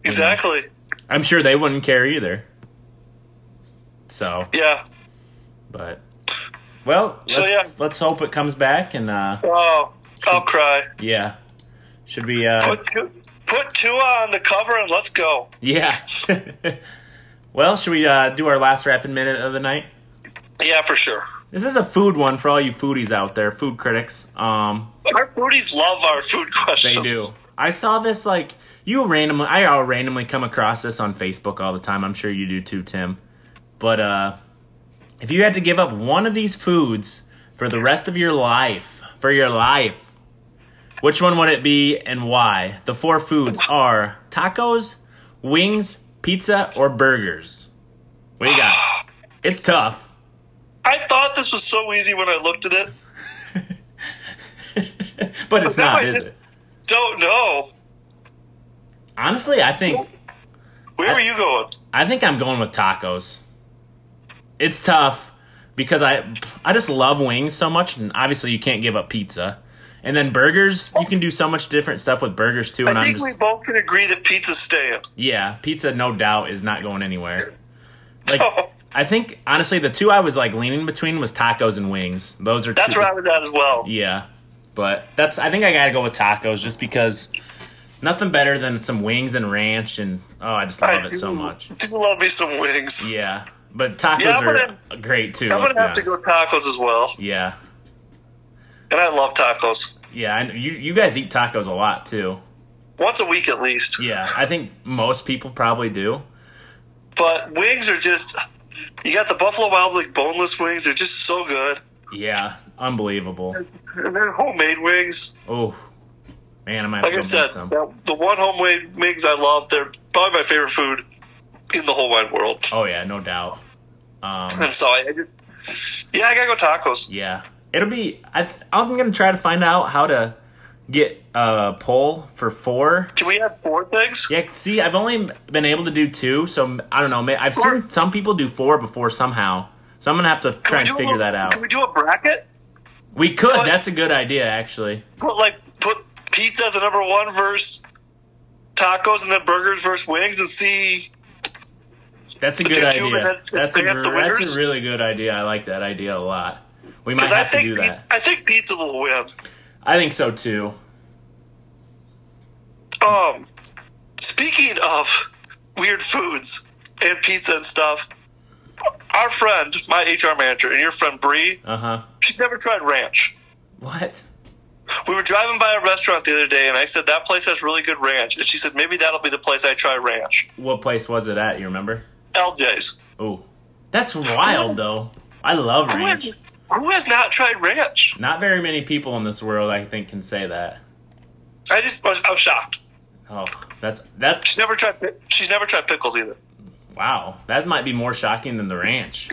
Speaker 2: Exactly.
Speaker 1: I'm sure they wouldn't care either. So,
Speaker 2: Yeah.
Speaker 1: but well, let's,
Speaker 2: So,
Speaker 1: let's hope it comes back and uh
Speaker 2: Oh, I'll cry.
Speaker 1: yeah. Should we uh
Speaker 2: Put two, put Tua on the cover and let's go.
Speaker 1: Yeah. well, should we uh, do our last rapid minute of the night?
Speaker 2: Yeah, for sure.
Speaker 1: This is a food one for all you foodies out there, food critics. Um,
Speaker 2: Our foodies love our food
Speaker 1: they
Speaker 2: questions.
Speaker 1: do. I saw this like you randomly. I all randomly come across this on Facebook all the time. I'm sure you do too, Tim. But uh, if you had to give up one of these foods for the rest of your life, for your life, which one would it be and why? The four foods are tacos, wings, pizza, or burgers. What do you got? It's tough.
Speaker 2: I thought this was so easy when I looked at it.
Speaker 1: But it's
Speaker 2: But now
Speaker 1: not,
Speaker 2: I
Speaker 1: is
Speaker 2: just
Speaker 1: it?
Speaker 2: don't know.
Speaker 1: Honestly, I think
Speaker 2: Where were you going?
Speaker 1: I think I'm going with tacos. It's tough because I I just love wings so much, and obviously you can't give up pizza. And then burgers, you can do so much different stuff with burgers too. And
Speaker 2: I
Speaker 1: I'm
Speaker 2: think we
Speaker 1: just
Speaker 2: both can agree that pizza's staying.
Speaker 1: yeah, pizza no doubt is not going anywhere. Like I think honestly, the two I was like leaning between was tacos and wings. Those are
Speaker 2: That's
Speaker 1: two,
Speaker 2: where I was at as well.
Speaker 1: Yeah, but that's. I think I gotta go with tacos just because nothing better than some wings and ranch, and oh, I just love
Speaker 2: I
Speaker 1: it so
Speaker 2: do.
Speaker 1: much.
Speaker 2: Do love me some wings.
Speaker 1: Yeah, but tacos
Speaker 2: Yeah, I'm
Speaker 1: are
Speaker 2: gonna-
Speaker 1: great too.
Speaker 2: I'm
Speaker 1: let's
Speaker 2: gonna have
Speaker 1: be
Speaker 2: to go
Speaker 1: honest.
Speaker 2: tacos as well,
Speaker 1: Yeah,
Speaker 2: and I love tacos.
Speaker 1: yeah. I, know- you you guys eat tacos a lot too.
Speaker 2: Once a week at least.
Speaker 1: Yeah, I think most people probably do.
Speaker 2: But wings are just. You got the Buffalo Wild Wing boneless wings. They're just so good.
Speaker 1: Yeah, unbelievable.
Speaker 2: And they're homemade wings.
Speaker 1: Oh man, I might have
Speaker 2: Like
Speaker 1: to
Speaker 2: I
Speaker 1: go
Speaker 2: said,
Speaker 1: make some.
Speaker 2: the the one homemade wings I love. They're probably my favorite food in the whole wide world.
Speaker 1: Oh yeah, no doubt. Um,
Speaker 2: And so I, I just. Yeah, I gotta go tacos.
Speaker 1: Yeah, it'll be. I th- I'm gonna try to find out how to get a poll for four.
Speaker 2: Can we have four things?
Speaker 1: Yeah, see, I've only been able to do two, so I don't know. may- I've
Speaker 2: Four.
Speaker 1: seen some people do four before somehow, so I'm gonna have to try and
Speaker 2: Can we do
Speaker 1: figure
Speaker 2: a-
Speaker 1: that out.
Speaker 2: Can we do a bracket?
Speaker 1: We could.
Speaker 2: Put-
Speaker 1: That's a good idea, actually.
Speaker 2: put like put pizza as the number one versus tacos and then burgers versus wings and see
Speaker 1: That's a
Speaker 2: But
Speaker 1: good
Speaker 2: did you
Speaker 1: idea.
Speaker 2: have-
Speaker 1: That's a,
Speaker 2: think that's the
Speaker 1: gr- that's
Speaker 2: winners?
Speaker 1: a really good idea. I like that idea a lot. We might
Speaker 2: because I
Speaker 1: have to
Speaker 2: think
Speaker 1: do
Speaker 2: pi-
Speaker 1: that.
Speaker 2: I think pizza will win.
Speaker 1: I think so too.
Speaker 2: Um, speaking of weird foods and pizza and stuff, our friend, my HR manager, and your friend Bree,
Speaker 1: Uh huh.
Speaker 2: she's never tried ranch.
Speaker 1: What?
Speaker 2: We were driving by a restaurant the other day, and I said that place has really good ranch, and she said maybe that'll be the place I try ranch.
Speaker 1: What place was it at? You remember?
Speaker 2: LJ's.
Speaker 1: Ooh, that's wild though. I love
Speaker 2: Who has,
Speaker 1: ranch.
Speaker 2: who has not tried ranch?
Speaker 1: Not very many people in this world, I think, can say that.
Speaker 2: I just I was- I was shocked.
Speaker 1: Oh, that's that's
Speaker 2: She's never tried. pi- She's never tried pickles either.
Speaker 1: wow. That might be more shocking than the ranch.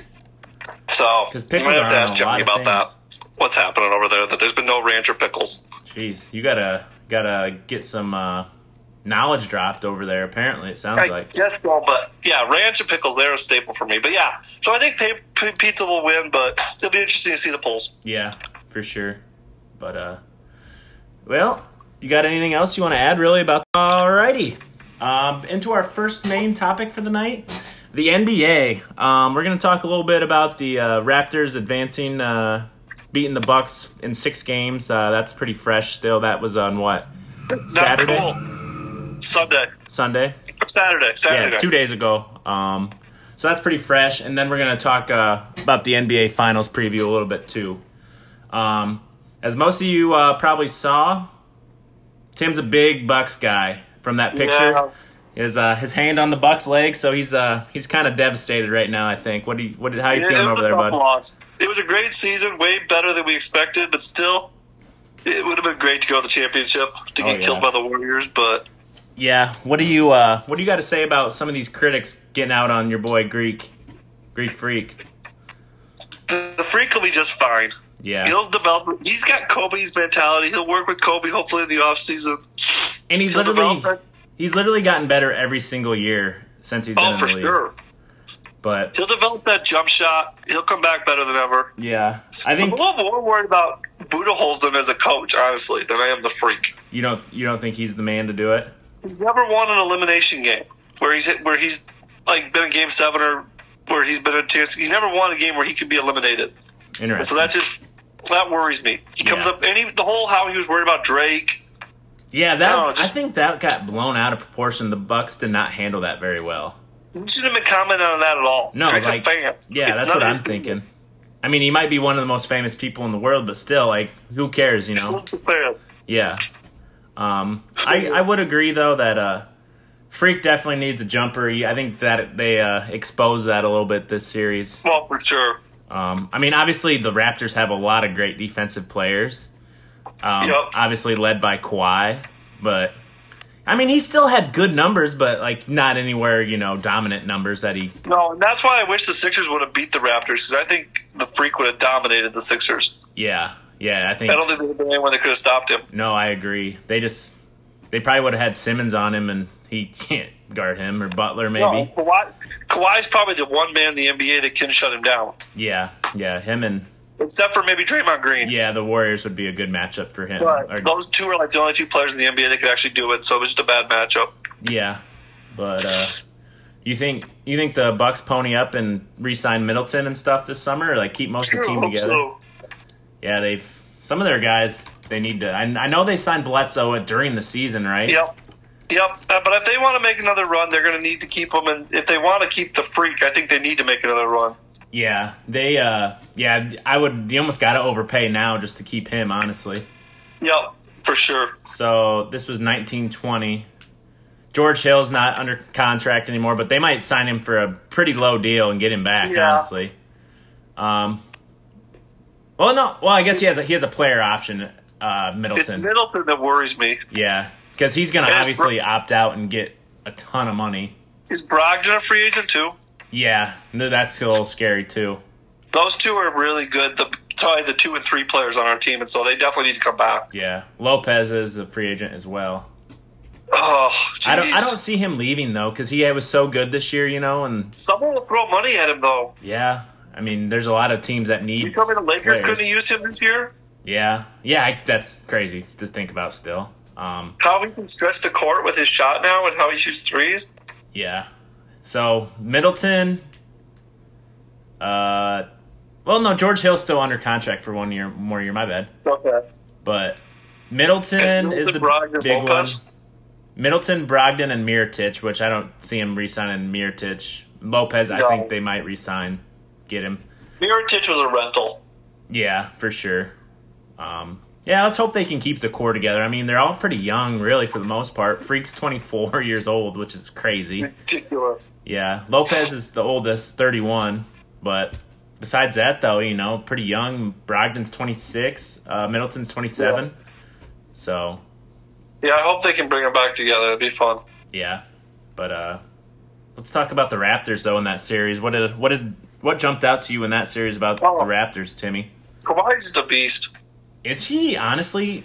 Speaker 2: So
Speaker 1: Because
Speaker 2: you
Speaker 1: pickles
Speaker 2: might
Speaker 1: are
Speaker 2: have to
Speaker 1: on
Speaker 2: ask
Speaker 1: a lot
Speaker 2: Jeremy
Speaker 1: of
Speaker 2: about that. What's happening over there? That there's been no ranch or pickles.
Speaker 1: Jeez, you gotta gotta get some uh, knowledge dropped over there. Apparently, it sounds
Speaker 2: I
Speaker 1: like
Speaker 2: guess so, but yeah, ranch and pickles they're a staple for me. But yeah, so I think pa- p- pizza will win, but it'll be interesting to see the polls.
Speaker 1: yeah, for sure. But uh, well, you got anything else you want to add really about? Alrighty, um, into our first main topic for the night. The NBA. Um, we're going to talk a little bit about the uh, Raptors advancing uh, beating the Bucks in six games. Uh, that's pretty fresh still. That was on what
Speaker 2: It's not
Speaker 1: Saturday?
Speaker 2: cool. Sunday.
Speaker 1: Sunday?
Speaker 2: Saturday. Saturday.
Speaker 1: Yeah, two days ago. Um, so that's pretty fresh. And then we're gonna talk uh, about the NBA Finals preview a little bit too. Um, as most of you uh, probably saw, Tim's a big Bucks guy from that picture.
Speaker 2: Yeah.
Speaker 1: His uh, his hand on the Bucks leg, so he's uh he's kind of devastated right now. I think. What do you what did how you
Speaker 2: it
Speaker 1: feeling
Speaker 2: was
Speaker 1: over
Speaker 2: a
Speaker 1: there,
Speaker 2: tough
Speaker 1: bud?
Speaker 2: loss. It was a great season, way better than we expected, but still, it would have been great to go to the championship to
Speaker 1: Oh,
Speaker 2: get
Speaker 1: yeah.
Speaker 2: killed by the Warriors. But
Speaker 1: Yeah. What do you uh what do you got to say about some of these critics getting out on your boy Greek, Greek freak?
Speaker 2: the, the freak will be just fine.
Speaker 1: Yeah.
Speaker 2: He'll develop. He's got Kobe's mentality. He'll work with Kobe hopefully in the offseason.
Speaker 1: and he's
Speaker 2: He'll
Speaker 1: literally
Speaker 2: develop it.
Speaker 1: he's literally gotten better every single year since he's been
Speaker 2: Oh,
Speaker 1: in
Speaker 2: for
Speaker 1: the league.
Speaker 2: sure.
Speaker 1: But
Speaker 2: He'll develop that jump shot. He'll come back better than ever.
Speaker 1: yeah, I
Speaker 2: I'm a
Speaker 1: think
Speaker 2: little more worried about Buddha Holzman as a coach, honestly, than I am the freak.
Speaker 1: you don't you don't think he's the man to do it.
Speaker 2: He's never won an elimination game where he's hit, where he's like been in game seven or where he's been a chance. He's never won a game where he could be eliminated. So
Speaker 1: Interesting.
Speaker 2: that just that worries me. He comes
Speaker 1: Yeah.
Speaker 2: up and he, the whole how he was worried about Drake.
Speaker 1: yeah, that
Speaker 2: No, just-
Speaker 1: I think that got blown out of proportion. The Bucks did not handle that very well.
Speaker 2: You shouldn't have been commenting on that at all.
Speaker 1: No,
Speaker 2: Drake's
Speaker 1: like-
Speaker 2: a fan.
Speaker 1: Yeah,
Speaker 2: It's
Speaker 1: that's
Speaker 2: none
Speaker 1: what
Speaker 2: of
Speaker 1: I'm
Speaker 2: his
Speaker 1: thinking.
Speaker 2: business.
Speaker 1: I mean, he might be one of the most famous people in the world, but still, like, who cares? You know?
Speaker 2: He's a fan.
Speaker 1: Yeah. Um, I, I would agree though that uh, Freak definitely needs a jumper. He- I think that they uh, exposed that a little bit this series.
Speaker 2: Well, for sure.
Speaker 1: Um, I mean, obviously the Raptors have a lot of great defensive players. Um,
Speaker 2: Yep.
Speaker 1: Obviously led by Kawhi, but I mean he still had good numbers, but like not anywhere you know dominant numbers that he.
Speaker 2: No, and that's why I wish the Sixers would have beat the Raptors because I think the Freak would have dominated the Sixers.
Speaker 1: Yeah, yeah. I think
Speaker 2: I don't think there would have been anyone that could have stopped him.
Speaker 1: no, I agree. They just they probably would have had Simmons on him, and he can't guard him or Butler maybe.
Speaker 2: No, Kawhi, Kawhi's probably the one man in the NBA that can shut him down,
Speaker 1: Yeah, yeah. Him and
Speaker 2: except for maybe Draymond Green.
Speaker 1: Yeah, the Warriors would be a good matchup for him. Or-
Speaker 2: But those two are like the only two players in the NBA that could actually do it, so it was just a bad matchup.
Speaker 1: yeah, but uh, you think you think the Bucks pony up and re-sign Middleton and stuff this summer, or like keep most of the team
Speaker 2: Hope
Speaker 1: together?
Speaker 2: so.
Speaker 1: Yeah, they've some of their guys. They need to. I, I know they signed Bledsoe during the season, right?
Speaker 2: Yep. Yep. Uh, but if they want to make another run, they're going to need to keep him. And if they want to keep the freak, I think they need to make another run.
Speaker 1: Yeah, they. uh Yeah, I would. You almost got to overpay now just to keep him, honestly.
Speaker 2: Yep, for sure.
Speaker 1: So this was 1920. George Hill's not under contract anymore, but they might sign him for a pretty low deal and get him back.
Speaker 2: Yeah.
Speaker 1: Honestly, um, well, no, well, I guess he has a, he has a player option, uh,
Speaker 2: It's
Speaker 1: Middleton.
Speaker 2: Middleton that worries me.
Speaker 1: yeah, because he's gonna
Speaker 2: Yes,
Speaker 1: obviously opt out and get a ton of money.
Speaker 2: Is Brogdon a free agent too?
Speaker 1: Yeah, no, that's a little scary too.
Speaker 2: Those two are really good. The probably the two and three players on our team, and so they definitely need to come back.
Speaker 1: Yeah, Lopez is a free agent as well.
Speaker 2: Oh,
Speaker 1: I don't I
Speaker 2: jeez.
Speaker 1: don't see him leaving though, because he was so good this year, you know. And
Speaker 2: Someone will throw money at him though.
Speaker 1: yeah, I mean, there's a lot of teams that need.
Speaker 2: You tell me the Lakers
Speaker 1: Players.
Speaker 2: couldn't have used him this year?
Speaker 1: Yeah, yeah, I, that's crazy to think about still. Um,
Speaker 2: How he can stretch the court with his shot now, and how he shoots threes?
Speaker 1: yeah, so Middleton. Uh, well, no, George Hill's still under contract for one year, more year. My bad,
Speaker 2: Okay.
Speaker 1: but Middleton is the
Speaker 2: Brogdon,
Speaker 1: big
Speaker 2: Lopez?
Speaker 1: one. Middleton, Brogdon, and Miritich, which I don't see him re-signing Miritich. Lopez, I
Speaker 2: No.
Speaker 1: think they might re-sign, get him.
Speaker 2: Miritich was a rental.
Speaker 1: Yeah, for sure. Um, yeah, let's hope they can keep the core together. I mean, they're all pretty young, really, for the most part. Freak's 24 years old, which is crazy.
Speaker 2: Ridiculous.
Speaker 1: Yeah, Lopez is the oldest, 31. But besides that, though, you know, pretty young. Brogdon's 26, uh, Middleton's 27. So,
Speaker 2: Yeah, I hope they can bring him back together. It'd be fun.
Speaker 1: yeah. But uh, let's talk about the Raptors, though, in that series. What did what did what jumped out to you in that series about
Speaker 2: Oh.
Speaker 1: the Raptors, Timmy?
Speaker 2: Kawhi's just a beast.
Speaker 1: Is he honestly?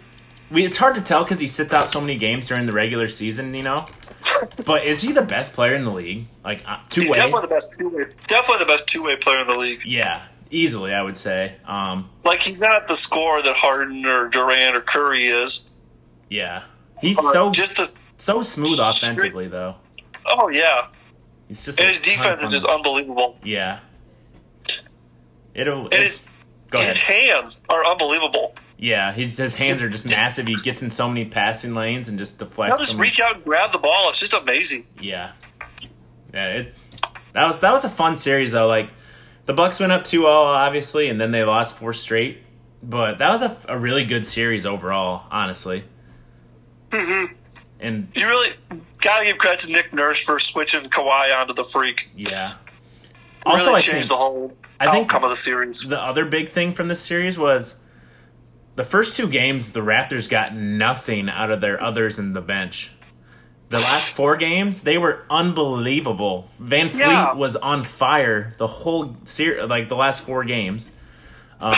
Speaker 1: We, it's hard to tell because he sits out so many games during the regular season, you know. But is he the best player in the league? Like uh, two
Speaker 2: He's
Speaker 1: way?
Speaker 2: definitely the best two-way. Definitely the best two-way player in the league.
Speaker 1: Yeah, easily I would say. Um,
Speaker 2: Like he's not the scorer that Harden or Durant or Curry is.
Speaker 1: yeah, he's
Speaker 2: But
Speaker 1: so
Speaker 2: Uh, just the
Speaker 1: so smooth
Speaker 2: straight-
Speaker 1: offensively though.
Speaker 2: oh yeah,
Speaker 1: He's just
Speaker 2: and
Speaker 1: a
Speaker 2: his
Speaker 1: ton of
Speaker 2: defense
Speaker 1: fun-
Speaker 2: is just unbelievable.
Speaker 1: yeah. It'll
Speaker 2: And
Speaker 1: it's,
Speaker 2: his
Speaker 1: Go ahead.
Speaker 2: His hands are unbelievable.
Speaker 1: Yeah, he's, his hands are just massive. He gets in so many passing lanes and just deflects.
Speaker 2: He'll just
Speaker 1: so many-
Speaker 2: reach out and grab the ball. It's just amazing.
Speaker 1: Yeah. Yeah, it that was that was a fun series though. Like the Bucks went up 2-0 obviously and then they lost four straight, but that was a, a really good series overall, honestly.
Speaker 2: Mm-hmm.
Speaker 1: And
Speaker 2: You really gotta give credit to Nick Nurse for switching Kawhi onto the freak.
Speaker 1: yeah.
Speaker 2: Really
Speaker 1: Also, I
Speaker 2: changed
Speaker 1: think
Speaker 2: the whole
Speaker 1: I think-
Speaker 2: outcome of the series.
Speaker 1: the other big thing from this series was the first two games the Raptors got nothing out of their others in the bench. The last four games, they were unbelievable. Van Fleet
Speaker 2: Yeah.
Speaker 1: was on fire the whole series, like the last four games. Um,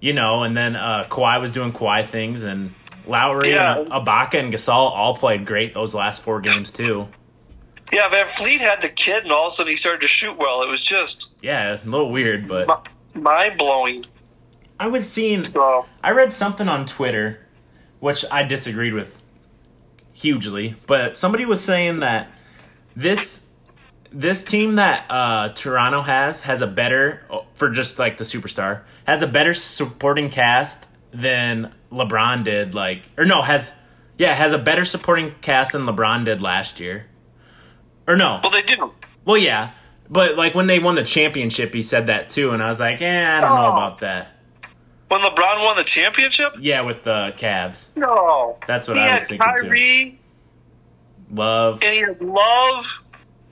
Speaker 1: you know, and then uh, Kawhi was doing Kawhi things, and Lowry and
Speaker 2: Yeah.
Speaker 1: Ibaka and Gasol all played great those last four games too.
Speaker 2: Yeah, Van Fleet had the kid, and all of a sudden he started to shoot well. It was just
Speaker 1: Yeah, a little weird, but
Speaker 2: mind blowing.
Speaker 1: I was seeing
Speaker 2: So
Speaker 1: I read something on Twitter, which I disagreed with hugely, but somebody was saying that this this team that uh, Toronto has has a better oh, for just like the superstar has a better supporting cast than LeBron did. Like or no has yeah has a better supporting cast than LeBron did last year. Or no,
Speaker 2: well, they do.
Speaker 1: well yeah, but like when they won the championship, he said that too, and I was like, eh, I don't know
Speaker 2: Oh.
Speaker 1: about that.
Speaker 2: When LeBron won the championship,
Speaker 1: Yeah, with the Cavs.
Speaker 2: no,
Speaker 1: That's what
Speaker 2: he
Speaker 1: I
Speaker 2: had
Speaker 1: was thinking too.
Speaker 2: Kyrie
Speaker 1: Love.
Speaker 2: and he had Love,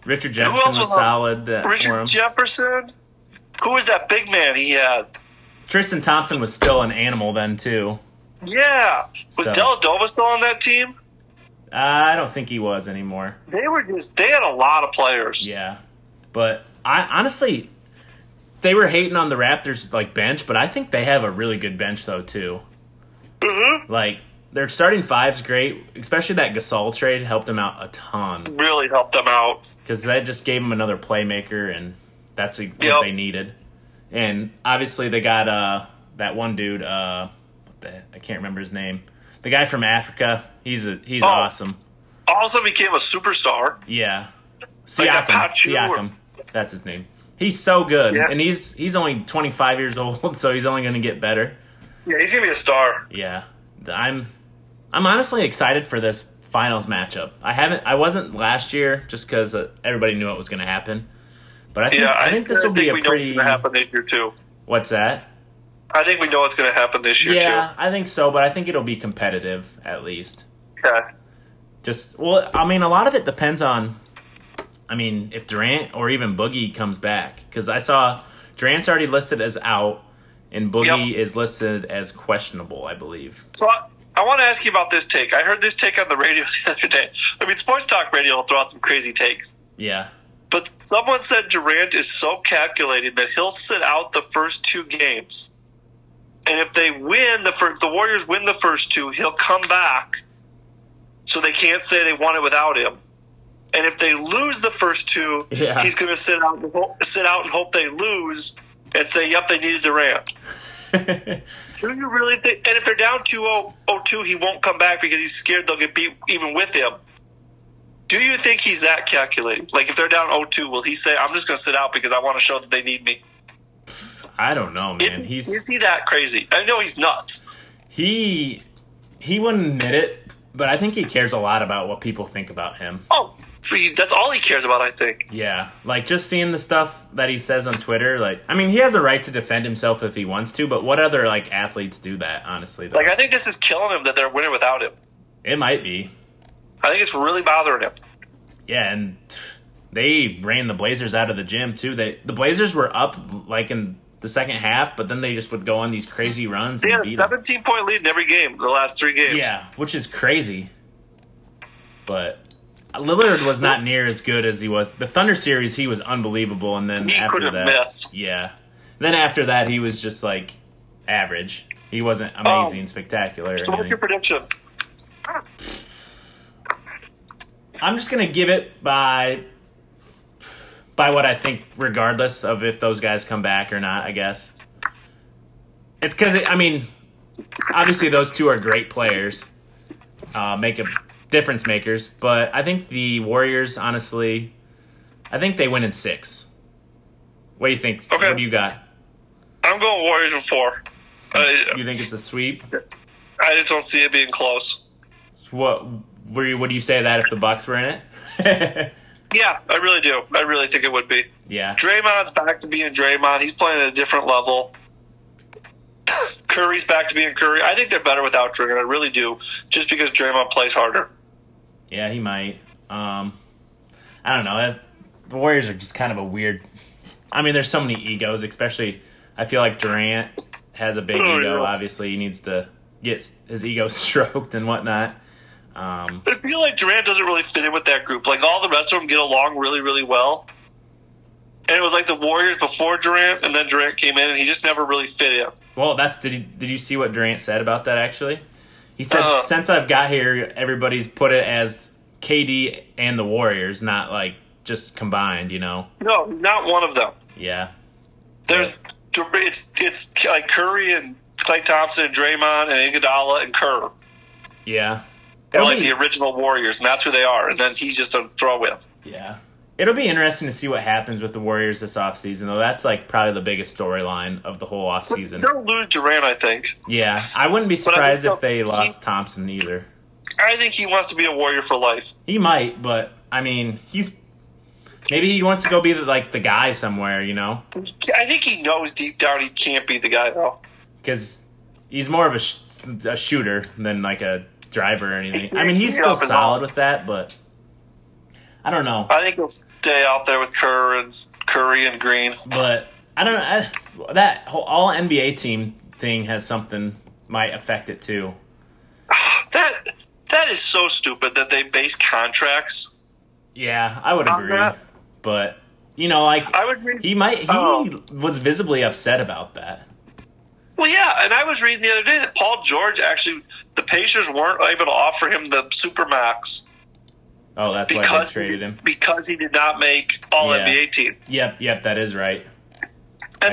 Speaker 1: Richard Jefferson was,
Speaker 2: else was on-
Speaker 1: solid uh, for
Speaker 2: Richard
Speaker 1: him.
Speaker 2: Jefferson. Who was that big man he had?
Speaker 1: Tristan Thompson was still an animal then too.
Speaker 2: Yeah, was
Speaker 1: So-
Speaker 2: Deladova still on that team?
Speaker 1: Uh, I don't think he was anymore.
Speaker 2: They were just they had a lot of players.
Speaker 1: Yeah, but I honestly, they were hating on the Raptors like bench, but I think they have a really good bench though too.
Speaker 2: Mhm.
Speaker 1: Like their starting five's great, especially that Gasol trade helped them out a ton
Speaker 2: Really helped them out.
Speaker 1: because that just gave them another playmaker, and that's what
Speaker 2: Yep.
Speaker 1: they needed. And obviously, they got uh, that one dude. Uh, what the I can't remember his name. The guy from Africa. He's a he's
Speaker 2: Oh.
Speaker 1: awesome.
Speaker 2: Also became a superstar.
Speaker 1: Yeah,
Speaker 2: Like
Speaker 1: Siakam.
Speaker 2: that Pachu or-
Speaker 1: Siakam. That's his name. He's so good,
Speaker 2: Yeah.
Speaker 1: and he's he's only 25 years old, so he's only going to get better.
Speaker 2: Yeah, he's gonna be a star.
Speaker 1: Yeah, I'm I'm honestly excited for this finals matchup. I haven't I wasn't last year just because uh, everybody knew it was going to happen. But I think
Speaker 2: Yeah,
Speaker 1: I think this will be a
Speaker 2: we know what's
Speaker 1: pretty.
Speaker 2: gonna happen this year too.
Speaker 1: What's that?
Speaker 2: I think we know what's gonna happen this year
Speaker 1: Yeah, I think so, but I think it'll be competitive at least.
Speaker 2: too. Okay.
Speaker 1: Just well, I mean, a lot of it depends on. I mean, if Durant or even Boogie comes back, because I saw Durant's already listed as out, and Boogie
Speaker 2: Yep.
Speaker 1: is listed as questionable, I believe.
Speaker 2: So I, I want to ask you about this take. I heard this take on the radio the other day. I mean, sports talk radio will throw out some crazy takes.
Speaker 1: Yeah,
Speaker 2: But someone said Durant is so calculated that he'll sit out the first two games, and if they win the first, the Warriors win the first two, he'll come back. So they can't say they won it without him. And if they lose the first two,
Speaker 1: Yeah.
Speaker 2: he's going to sit out, and hope, sit out and hope they lose, and say, "Yep, they needed Durant." Do you really think? And if they're down 2 0 he won't come back because he's scared they'll get beat even with him. Do you think he's that calculating? Like, if they're down 0 2, will he say, I'm just going to sit out because I want to show that they need me?
Speaker 1: I don't know, man.
Speaker 2: Is,
Speaker 1: he's
Speaker 2: is he that crazy? I know he's nuts.
Speaker 1: he he wouldn't admit it, but I think he cares a lot about what people think about him.
Speaker 2: Oh, for you, that's all he cares about, I think.
Speaker 1: Yeah, like just seeing the stuff that he says on Twitter. Like, I mean, he has the right to defend himself if he wants to, but what other like athletes do that? Honestly, though?
Speaker 2: Like, I think this is killing him that they're winning without him.
Speaker 1: it might be.
Speaker 2: I think it's really bothering him.
Speaker 1: Yeah, and they ran the Blazers out of the gym too. They the Blazers were up like in the second half, but then they just would go on these crazy runs.
Speaker 2: They
Speaker 1: And
Speaker 2: had a
Speaker 1: beat 'em.
Speaker 2: 17 point lead in every game, the last three games.
Speaker 1: Yeah, which is crazy. But Lillard was not near as good as he was. The Thunder series, he was unbelievable, and then
Speaker 2: He
Speaker 1: after
Speaker 2: couldn't
Speaker 1: that,
Speaker 2: miss.
Speaker 1: yeah, then after that, he was just like average. He wasn't amazing, spectacular. or
Speaker 2: Um, So, what's your
Speaker 1: anything.
Speaker 2: prediction?
Speaker 1: I'm just gonna give it by by what I think, regardless of if those guys come back or not. I guess it's because it, I mean, obviously those two are great players, uh, make a difference makers. But I think the Warriors, honestly, I think they win in six. What do you think?
Speaker 2: Okay.
Speaker 1: What do you got?
Speaker 2: I'm going Warriors in four. I,
Speaker 1: You think it's a sweep?
Speaker 2: I just don't see it being close.
Speaker 1: What were you? Would you say that if the Bucks were in it?
Speaker 2: Yeah, I really do. I really think it would be.
Speaker 1: yeah.
Speaker 2: Draymond's back to being Draymond. He's playing at a different level. Curry's back to being Curry. I think they're better without Draymond. I really do, just because Draymond plays harder.
Speaker 1: Yeah, he might. Um, I don't know. That- The Warriors are just kind of a weird. I mean, there's so many egos, especially. I feel like Durant has a big
Speaker 2: Oh,
Speaker 1: ego.
Speaker 2: yeah.
Speaker 1: Obviously, he needs to get s- his ego stroked and whatnot. Um,
Speaker 2: I feel like Durant doesn't really fit in with that group. Like all the rest of them get along really, really well. And it was like the Warriors before Durant, and then Durant came in, and he just never really fit in.
Speaker 1: well, that's did you, did you see what Durant said about that? Actually, he said
Speaker 2: Uh-uh.
Speaker 1: since I've got here, everybody's put it as KD and the Warriors, not like just combined. You know?
Speaker 2: No, not one of them.
Speaker 1: Yeah.
Speaker 2: There's it's it's like Curry and Clay Thompson and Draymond and Iguodala and Kerr.
Speaker 1: Yeah.
Speaker 2: They're
Speaker 1: It'll
Speaker 2: like
Speaker 1: be-
Speaker 2: the original Warriors, and that's who they are. And then he's just a throw in.
Speaker 1: Yeah. It'll be interesting to see what happens with the Warriors this offseason, though. That's like probably the biggest storyline of the whole offseason.
Speaker 2: They'll lose Durant, I think.
Speaker 1: Yeah. I wouldn't be
Speaker 2: I
Speaker 1: surprised
Speaker 2: think
Speaker 1: if they
Speaker 2: they'll-
Speaker 1: lost Thompson either.
Speaker 2: I think he wants to be a Warrior for life.
Speaker 1: He might, but I mean, he's maybe he wants to go be the, like the guy somewhere, you know?
Speaker 2: I think he knows deep down he can't be the guy though.
Speaker 1: Because he's more of a, sh- a shooter than like a driver or anything. I mean, he's
Speaker 2: Yeah,
Speaker 1: still
Speaker 2: but-
Speaker 1: solid with that, but I don't know.
Speaker 2: I think he'll stay out there with Kerr and Curry and Green.
Speaker 1: but I don't know. I, that whole all NBA team thing has something might affect it too.
Speaker 2: That that is so stupid that they base contracts.
Speaker 1: Yeah, I would
Speaker 2: On
Speaker 1: agree.
Speaker 2: that-
Speaker 1: But you know, like
Speaker 2: I would read.
Speaker 1: he might he
Speaker 2: Oh.
Speaker 1: was visibly upset about that.
Speaker 2: Well, yeah, and I was reading the other day that Paul George actually the Pacers weren't able to offer him the supermax
Speaker 1: Oh, that's why they
Speaker 2: because
Speaker 1: traded him.
Speaker 2: because he did not make All
Speaker 1: Yeah.
Speaker 2: NBA team.
Speaker 1: Yep, yep, that is right.
Speaker 2: And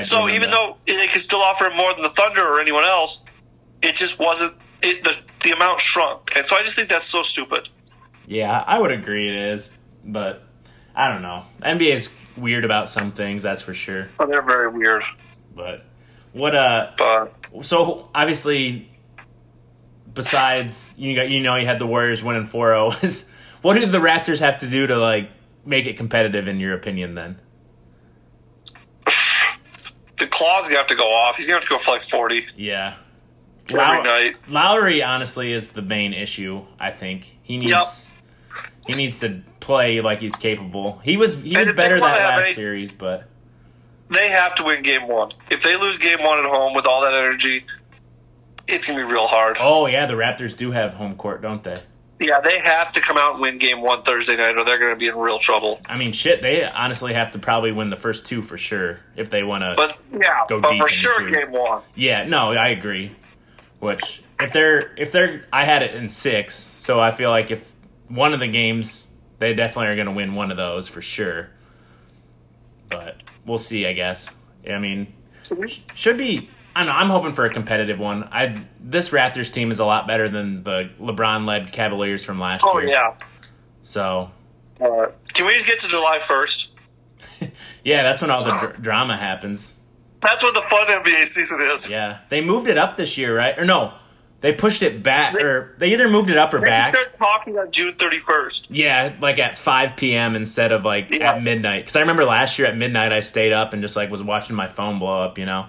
Speaker 1: I
Speaker 2: so,
Speaker 1: remember
Speaker 2: even
Speaker 1: that.
Speaker 2: though they could still offer him more than the Thunder or anyone else, it just wasn't it, the the amount shrunk. And so, I just think that's so stupid.
Speaker 1: Yeah, I would agree it is, but I don't know. NBA is weird about some things, that's for sure.
Speaker 2: Oh, they're very weird,
Speaker 1: But what uh
Speaker 2: but
Speaker 1: so obviously besides you got you know you had the Warriors winning 4-0 what did the Raptors have to do to like make it competitive in your opinion then?
Speaker 2: the claw's gonna have to go off. He's gonna have to go for like forty
Speaker 1: Yeah.
Speaker 2: every
Speaker 1: Low-
Speaker 2: night.
Speaker 1: Lowry honestly is the main issue. I think he needs he needs to play like he's capable. He was he was
Speaker 2: if they
Speaker 1: better that
Speaker 2: wanna have
Speaker 1: last
Speaker 2: a-
Speaker 1: series, but
Speaker 2: They have to win Game One. If they lose Game One at home with all that energy, it's gonna be real hard.
Speaker 1: oh yeah, the Raptors do have home court, don't they?
Speaker 2: Yeah, they have to come out and win Game One Thursday night, or they're gonna be in real trouble.
Speaker 1: I mean, shit, they honestly have to probably win the first two for sure if they want to.
Speaker 2: But yeah,
Speaker 1: Go
Speaker 2: but
Speaker 1: deep
Speaker 2: for
Speaker 1: in the
Speaker 2: sure,
Speaker 1: series.
Speaker 2: Game One.
Speaker 1: Yeah, no, I agree. Which if they're if they're I had it in six, so I feel like if one of the games they definitely are going to win one of those for sure. But we'll see, I guess. I mean, should be. I don't know. I'm hoping for a competitive one. I this Raptors team is a lot better than the LeBron-led Cavaliers from last
Speaker 2: Oh
Speaker 1: year.
Speaker 2: yeah.
Speaker 1: So
Speaker 2: Uh, can we just get to July first?
Speaker 1: yeah, that's when all the dr- drama happens.
Speaker 2: That's what the fun NBA season is.
Speaker 1: Yeah, they moved it up this year, right? Or no, they pushed it back, or they either moved it up or
Speaker 2: They
Speaker 1: back.
Speaker 2: start talking on June 31st.
Speaker 1: Yeah, like at 5 p.m. instead of like
Speaker 2: Yeah.
Speaker 1: at midnight. Because I remember last year at midnight, I stayed up and just like was watching my phone blow up, you know?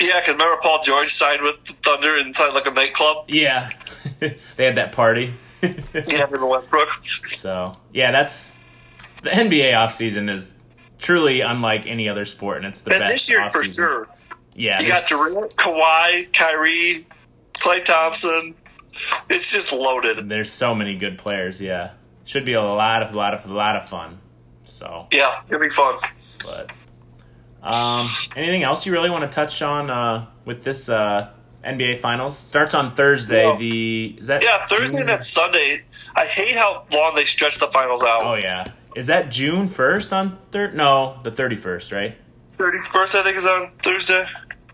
Speaker 2: Yeah, because remember Paul George signed with the Thunder inside like a nightclub?
Speaker 1: Yeah. they had that party.
Speaker 2: Yeah, in Westbrook.
Speaker 1: So, yeah, that's the NBA offseason is truly unlike any other sport, and it's the
Speaker 2: And
Speaker 1: best.
Speaker 2: this year, for
Speaker 1: offseason.
Speaker 2: sure.
Speaker 1: Yeah.
Speaker 2: You got
Speaker 1: this-
Speaker 2: Durant, Kawhi, Kyrie, Clay Thompson. It's just loaded.
Speaker 1: There's so many good players, yeah. Should be a lot of, lot of, lot of fun. So,
Speaker 2: Yeah, it'll be fun.
Speaker 1: but. Um, anything else you really want to touch on uh, with this uh, NBA Finals? Starts on Thursday.
Speaker 2: No.
Speaker 1: The is that
Speaker 2: Yeah, Thursday
Speaker 1: June-
Speaker 2: and then Sunday. I hate how long they stretch the finals out.
Speaker 1: Oh yeah, is that June first on third? No, the thirty first, right?
Speaker 2: 31st, I think, is on Thursday.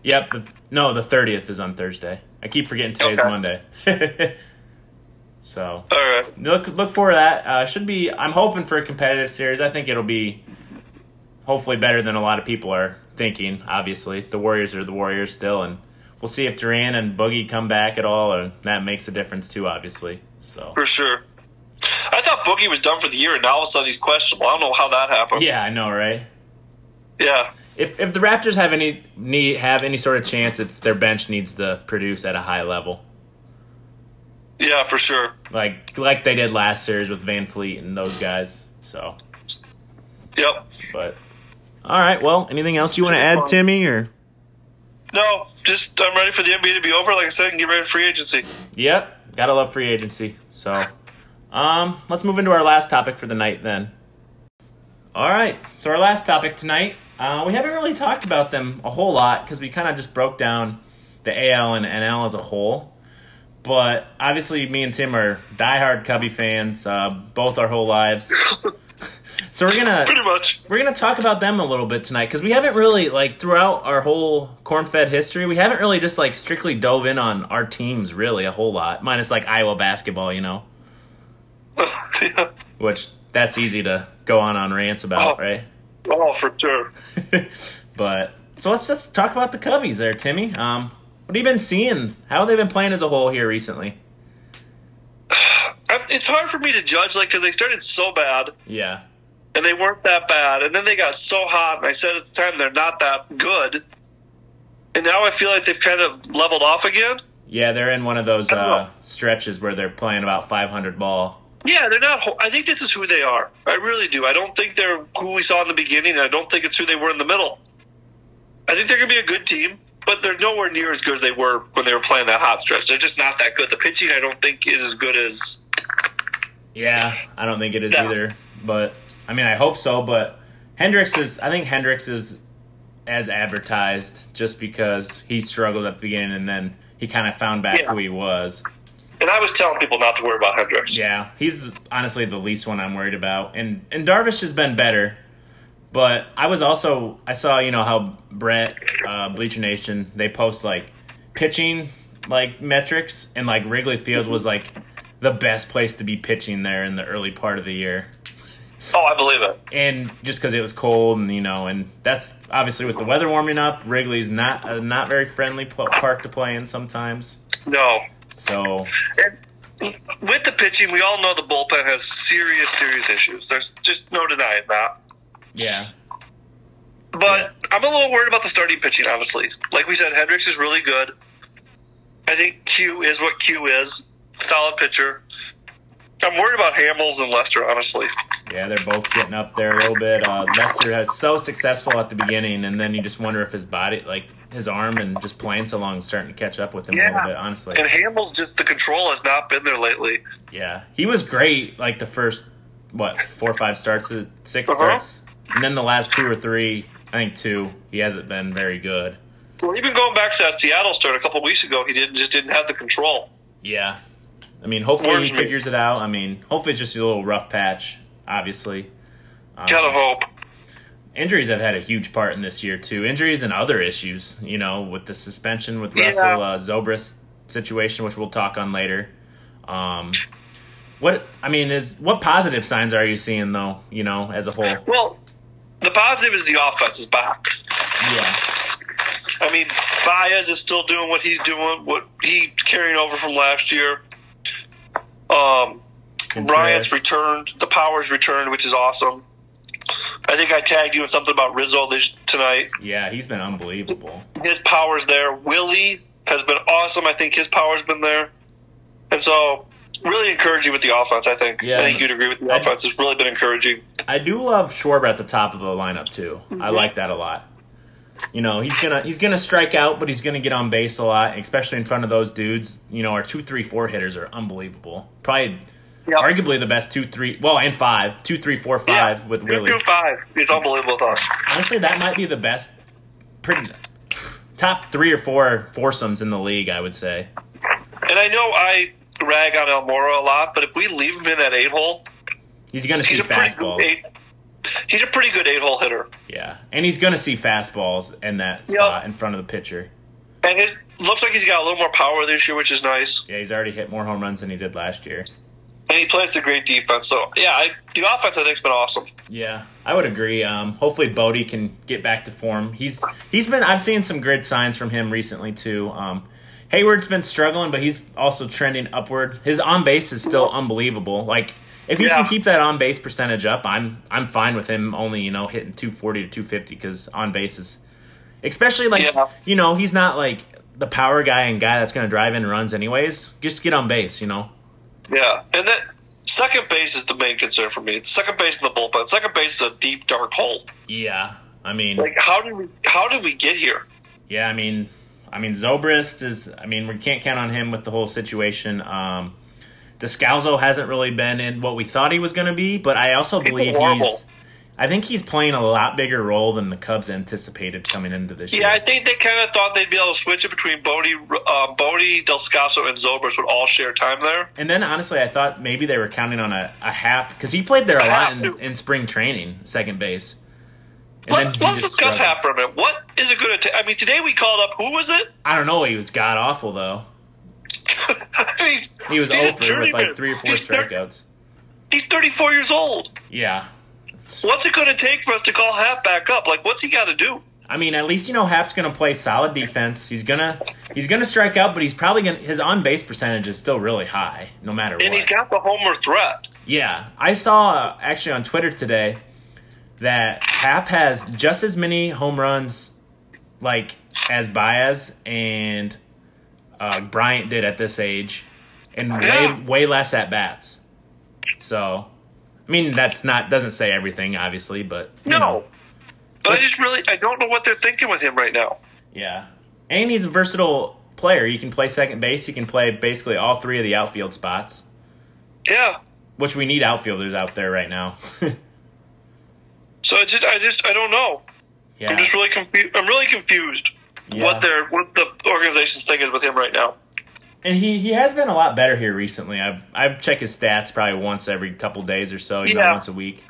Speaker 1: Yep. The, no, the thirtieth is on Thursday. I keep forgetting today's
Speaker 2: Okay.
Speaker 1: Monday. so
Speaker 2: All right.
Speaker 1: look look for that. Uh, should be. I'm hoping for a competitive series. I think it'll be. hopefully better than a lot of people are thinking. Obviously, the Warriors are the Warriors still, and we'll see if Duran and Boogie come back at all, and that makes a difference too. Obviously, so
Speaker 2: for sure. I thought Boogie was done for the year, and now all of a sudden he's questionable. I don't know how that happened.
Speaker 1: yeah, I know, right?
Speaker 2: Yeah.
Speaker 1: If if the Raptors have any need have any sort of chance, it's their bench needs to produce at a high level,
Speaker 2: Yeah, for sure.
Speaker 1: like like they did last series with Van Fleet and those guys. So,
Speaker 2: Yep.
Speaker 1: but all right, well, anything else you want to add, Timmy? Or
Speaker 2: No, just I'm ready for the NBA to be over. Like I said, and get ready for free agency.
Speaker 1: yep, gotta love free agency. So, um, let's move into our last topic for the night then. All right, so our last topic tonight, uh, we haven't really talked about them a whole lot because we kind of just broke down the AL and NL as a whole. But obviously, me and Tim are diehard Cubby fans, uh, both our whole lives. so we're gonna
Speaker 2: Pretty much.
Speaker 1: we're gonna talk about them a little bit tonight because we haven't really like throughout our whole corn-fed history we haven't really just like strictly dove in on our teams really a whole lot minus like iowa basketball you know
Speaker 2: yeah.
Speaker 1: which that's easy to go on on rants about
Speaker 2: Oh.
Speaker 1: right
Speaker 2: Oh, for sure.
Speaker 1: but so let's just talk about the cubbies there timmy um what have you been seeing how have they been playing as a whole here recently
Speaker 2: I, it's hard for me to judge, like, because they started so bad
Speaker 1: yeah
Speaker 2: and they weren't that bad, and then they got so hot. And I said at the time they're not that good, and now I feel like they've kind of leveled off again.
Speaker 1: yeah they're in one of those
Speaker 2: I don't
Speaker 1: uh
Speaker 2: know.
Speaker 1: stretches where they're playing about 500 ball
Speaker 2: Yeah, they're not. ho- I think this is who they are. I really do. I don't think they're who we saw in the beginning, and I don't think it's who they were in the middle. I think they're going to be a good team, but they're nowhere near as good as they were when they were playing that hot stretch. They're just not that good. The pitching, I don't think, is as good as.
Speaker 1: Yeah, I don't think it is
Speaker 2: Yeah.
Speaker 1: either. But I mean, I hope so. But Hendricks is. I think Hendricks is as advertised, just because he struggled at the beginning and then he kind of found back
Speaker 2: Yeah.
Speaker 1: who he was.
Speaker 2: And I was telling people not to worry about Hendricks.
Speaker 1: Yeah, he's honestly the least one I'm worried about. And and Darvish has been better. But I was also I saw you know how Brett uh, Bleacher Nation they post like pitching like metrics and like Wrigley Field was like the best place to be pitching there in the early part of the year.
Speaker 2: Oh, I believe it.
Speaker 1: and just because it was cold and you know and that's obviously with the weather warming up wrigley's not a not very friendly pl- park to play in sometimes
Speaker 2: No.
Speaker 1: so
Speaker 2: And with the pitching, we all know the bullpen has serious, serious issues. There's just no denying that.
Speaker 1: yeah
Speaker 2: But I'm a little worried about the starting pitching, honestly. Like we said, Hendricks is really good. I think Q is what Q is. Solid pitcher. I'm worried about Hamels and Lester, honestly.
Speaker 1: yeah they're both getting up there a little bit uh, lester has so successful at the beginning and then you just wonder if his body like his arm and just playing so long is starting to catch up with him a
Speaker 2: Yeah.
Speaker 1: little bit honestly
Speaker 2: And Hamels, just the control has not been there lately.
Speaker 1: yeah he was great like the first what four or five starts uh, 6
Speaker 2: Uh-huh.
Speaker 1: starts and then the last two or three i think two he hasn't been very good
Speaker 2: Well, even going back to that Seattle start a couple weeks ago, he didn't just didn't have the control.
Speaker 1: Yeah. I mean, hopefully
Speaker 2: Works
Speaker 1: he
Speaker 2: me.
Speaker 1: figures it out. I mean, hopefully it's just a little rough patch, obviously. Um,
Speaker 2: Gotta hope.
Speaker 1: Injuries have had a huge part in this year, too. Injuries and other issues, you know, with the suspension with Russell
Speaker 2: Yeah.
Speaker 1: uh, Zobrist situation, which we'll talk on later. Um, what I mean is, what positive signs are you seeing though? You know, as a whole, yeah,
Speaker 2: Well, the positive is the offense is back. I mean, Baez is still doing what he's doing, what he carrying over from last year. Um, Bryant's returned. The power's returned, which is awesome. I think I tagged you in something about Rizzo this, tonight.
Speaker 1: yeah, he's been unbelievable.
Speaker 2: His power's there. Willie has been awesome. I think his power's been there. And so, really encouraging with the offense, I think.
Speaker 1: Yeah.
Speaker 2: I think you'd agree with the
Speaker 1: I-
Speaker 2: offense. It's really been encouraging.
Speaker 1: I do love Schwarber at the top of the lineup too. I like that a lot. You know, he's gonna he's gonna strike out, but he's gonna get on base a lot, especially in front of those dudes. You know, our two, three, four hitters are unbelievable. Probably,
Speaker 2: Yep.
Speaker 1: arguably the best two, three, well, and five, two, three, four, five with Willie.
Speaker 2: 2 5 is unbelievable to us.
Speaker 1: Honestly, that might be the best, pretty top three or four foursomes in the league. I would say.
Speaker 2: And I know I rag on Elmora a lot, but if we leave him in that eight hole,
Speaker 1: He's gonna
Speaker 2: he's
Speaker 1: see
Speaker 2: a pretty good
Speaker 1: fastballs,
Speaker 2: eight. He's a pretty good eight hole hitter.
Speaker 1: yeah, and he's gonna see fastballs in that
Speaker 2: Yep.
Speaker 1: spot in front of the pitcher.
Speaker 2: And his looks like he's got a little more power this year, which is nice.
Speaker 1: Yeah, he's already hit more home runs than he did last year.
Speaker 2: and he plays the great defense. So yeah, I, the offense I think's been awesome.
Speaker 1: Yeah, I would agree. Um, hopefully, Bodie can get back to form. He's he's been. I've seen some good signs from him recently too. Um, Hayward's been struggling, but he's also trending upward. His on base is still unbelievable. Like if he can
Speaker 2: Yeah.
Speaker 1: keep that on base percentage up, I'm I'm fine with him only you know hitting 240 to 250 because on base is, especially like
Speaker 2: Yeah.
Speaker 1: you know he's not like the power guy and guy that's gonna drive in runs anyways. Just get on base, you know.
Speaker 2: Yeah, and that second base is the main concern for me. Second base in the bullpen. Second base is a deep dark hole.
Speaker 1: Yeah, I mean,
Speaker 2: Like how did we how did we get here?
Speaker 1: Yeah, I mean, I mean Zobrist is. I mean, we can't count on him with the whole situation. Um, Descalzo hasn't really been in what we thought he was going to be, but I also believe
Speaker 2: horrible.
Speaker 1: he's. I think he's playing a lot bigger role than the Cubs anticipated coming into this
Speaker 2: Yeah, I
Speaker 1: year.
Speaker 2: think they kind of thought they'd be able to switch it between Bodie, uh, Bodie, Del Scasso, and Zobers would all share time there.
Speaker 1: And then honestly, I thought maybe they were counting on a, a Hap because he played there a lot in,
Speaker 2: Hap.
Speaker 1: in spring training, second base. And then
Speaker 2: Let,
Speaker 1: he
Speaker 2: let's
Speaker 1: just
Speaker 2: discuss
Speaker 1: struggled.
Speaker 2: half for a minute. What is a good attack? I mean, today we called up who was it?
Speaker 1: I don't know. He was god awful though.
Speaker 2: I mean,
Speaker 1: He was
Speaker 2: he's a
Speaker 1: over with like
Speaker 2: journeyman.
Speaker 1: three or four
Speaker 2: He's thir-
Speaker 1: strikeouts.
Speaker 2: He's 34 years old.
Speaker 1: Yeah,
Speaker 2: What's it going to take for us to call Hap back up? Like, what's he got to do?
Speaker 1: I mean, at least you know Hap's gonna play solid defense. He's gonna he's gonna strike out, but he's probably gonna his on base percentage is still really high, no matter
Speaker 2: And
Speaker 1: what.
Speaker 2: he's got the homer threat.
Speaker 1: yeah, I saw uh, actually on Twitter today that Hap has just as many home runs like as Baez and uh, Bryant did at this age, and
Speaker 2: Yeah.
Speaker 1: way way less at bats. So, I mean, that's not doesn't say everything, obviously, but you know.
Speaker 2: But I just really, I don't know what they're thinking with him right now.
Speaker 1: Yeah. And he's a versatile player. You can play second base, you can play basically all three of the outfield spots,
Speaker 2: Yeah.
Speaker 1: which we need outfielders out there right now.
Speaker 2: So I just, I just, I don't know. I'm
Speaker 1: yeah.
Speaker 2: just really confused. I'm really confused
Speaker 1: Yeah.
Speaker 2: what their, what the organization's thing is with him right now.
Speaker 1: And he, he has been a lot better here recently. I've I've checked his stats probably once every couple days or so, you know,
Speaker 2: Yeah.
Speaker 1: once a week.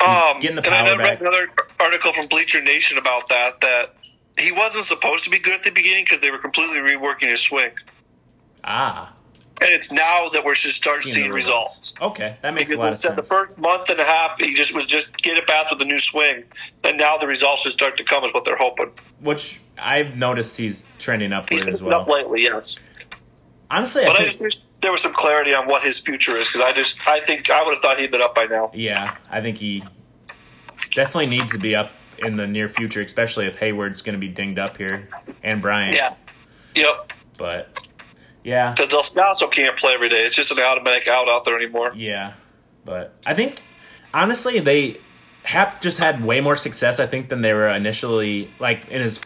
Speaker 2: Um,
Speaker 1: Getting the
Speaker 2: and I
Speaker 1: power
Speaker 2: then
Speaker 1: back.
Speaker 2: read another article from Bleacher Nation about that. That he wasn't supposed to be good at the beginning because they were completely reworking his swing,
Speaker 1: Ah.
Speaker 2: and it's now that we're just starting
Speaker 1: you know,
Speaker 2: seeing results.
Speaker 1: Okay, that makes a
Speaker 2: Because
Speaker 1: lot of
Speaker 2: instead
Speaker 1: sense.
Speaker 2: the first month and a half, he just was just get it back with a new swing, and now the results should start to come is what they're hoping.
Speaker 1: which I've noticed he's trending
Speaker 2: He's
Speaker 1: upward
Speaker 2: been
Speaker 1: as well.
Speaker 2: up lately, yes.
Speaker 1: Honestly, I
Speaker 2: But I
Speaker 1: think,
Speaker 2: just wish there was some clarity on what his future is because I just I think I would have thought he'd been up by now.
Speaker 1: yeah, I think he definitely needs to be up in the near future, especially if Hayward's going to be dinged up here and Bryant.
Speaker 2: Yeah. Yep.
Speaker 1: But yeah,
Speaker 2: Because Del Scasso can't play every day. It's just an automatic out out there anymore.
Speaker 1: yeah. But I think honestly, they Hap just had way more success, I think, than they were initially like in his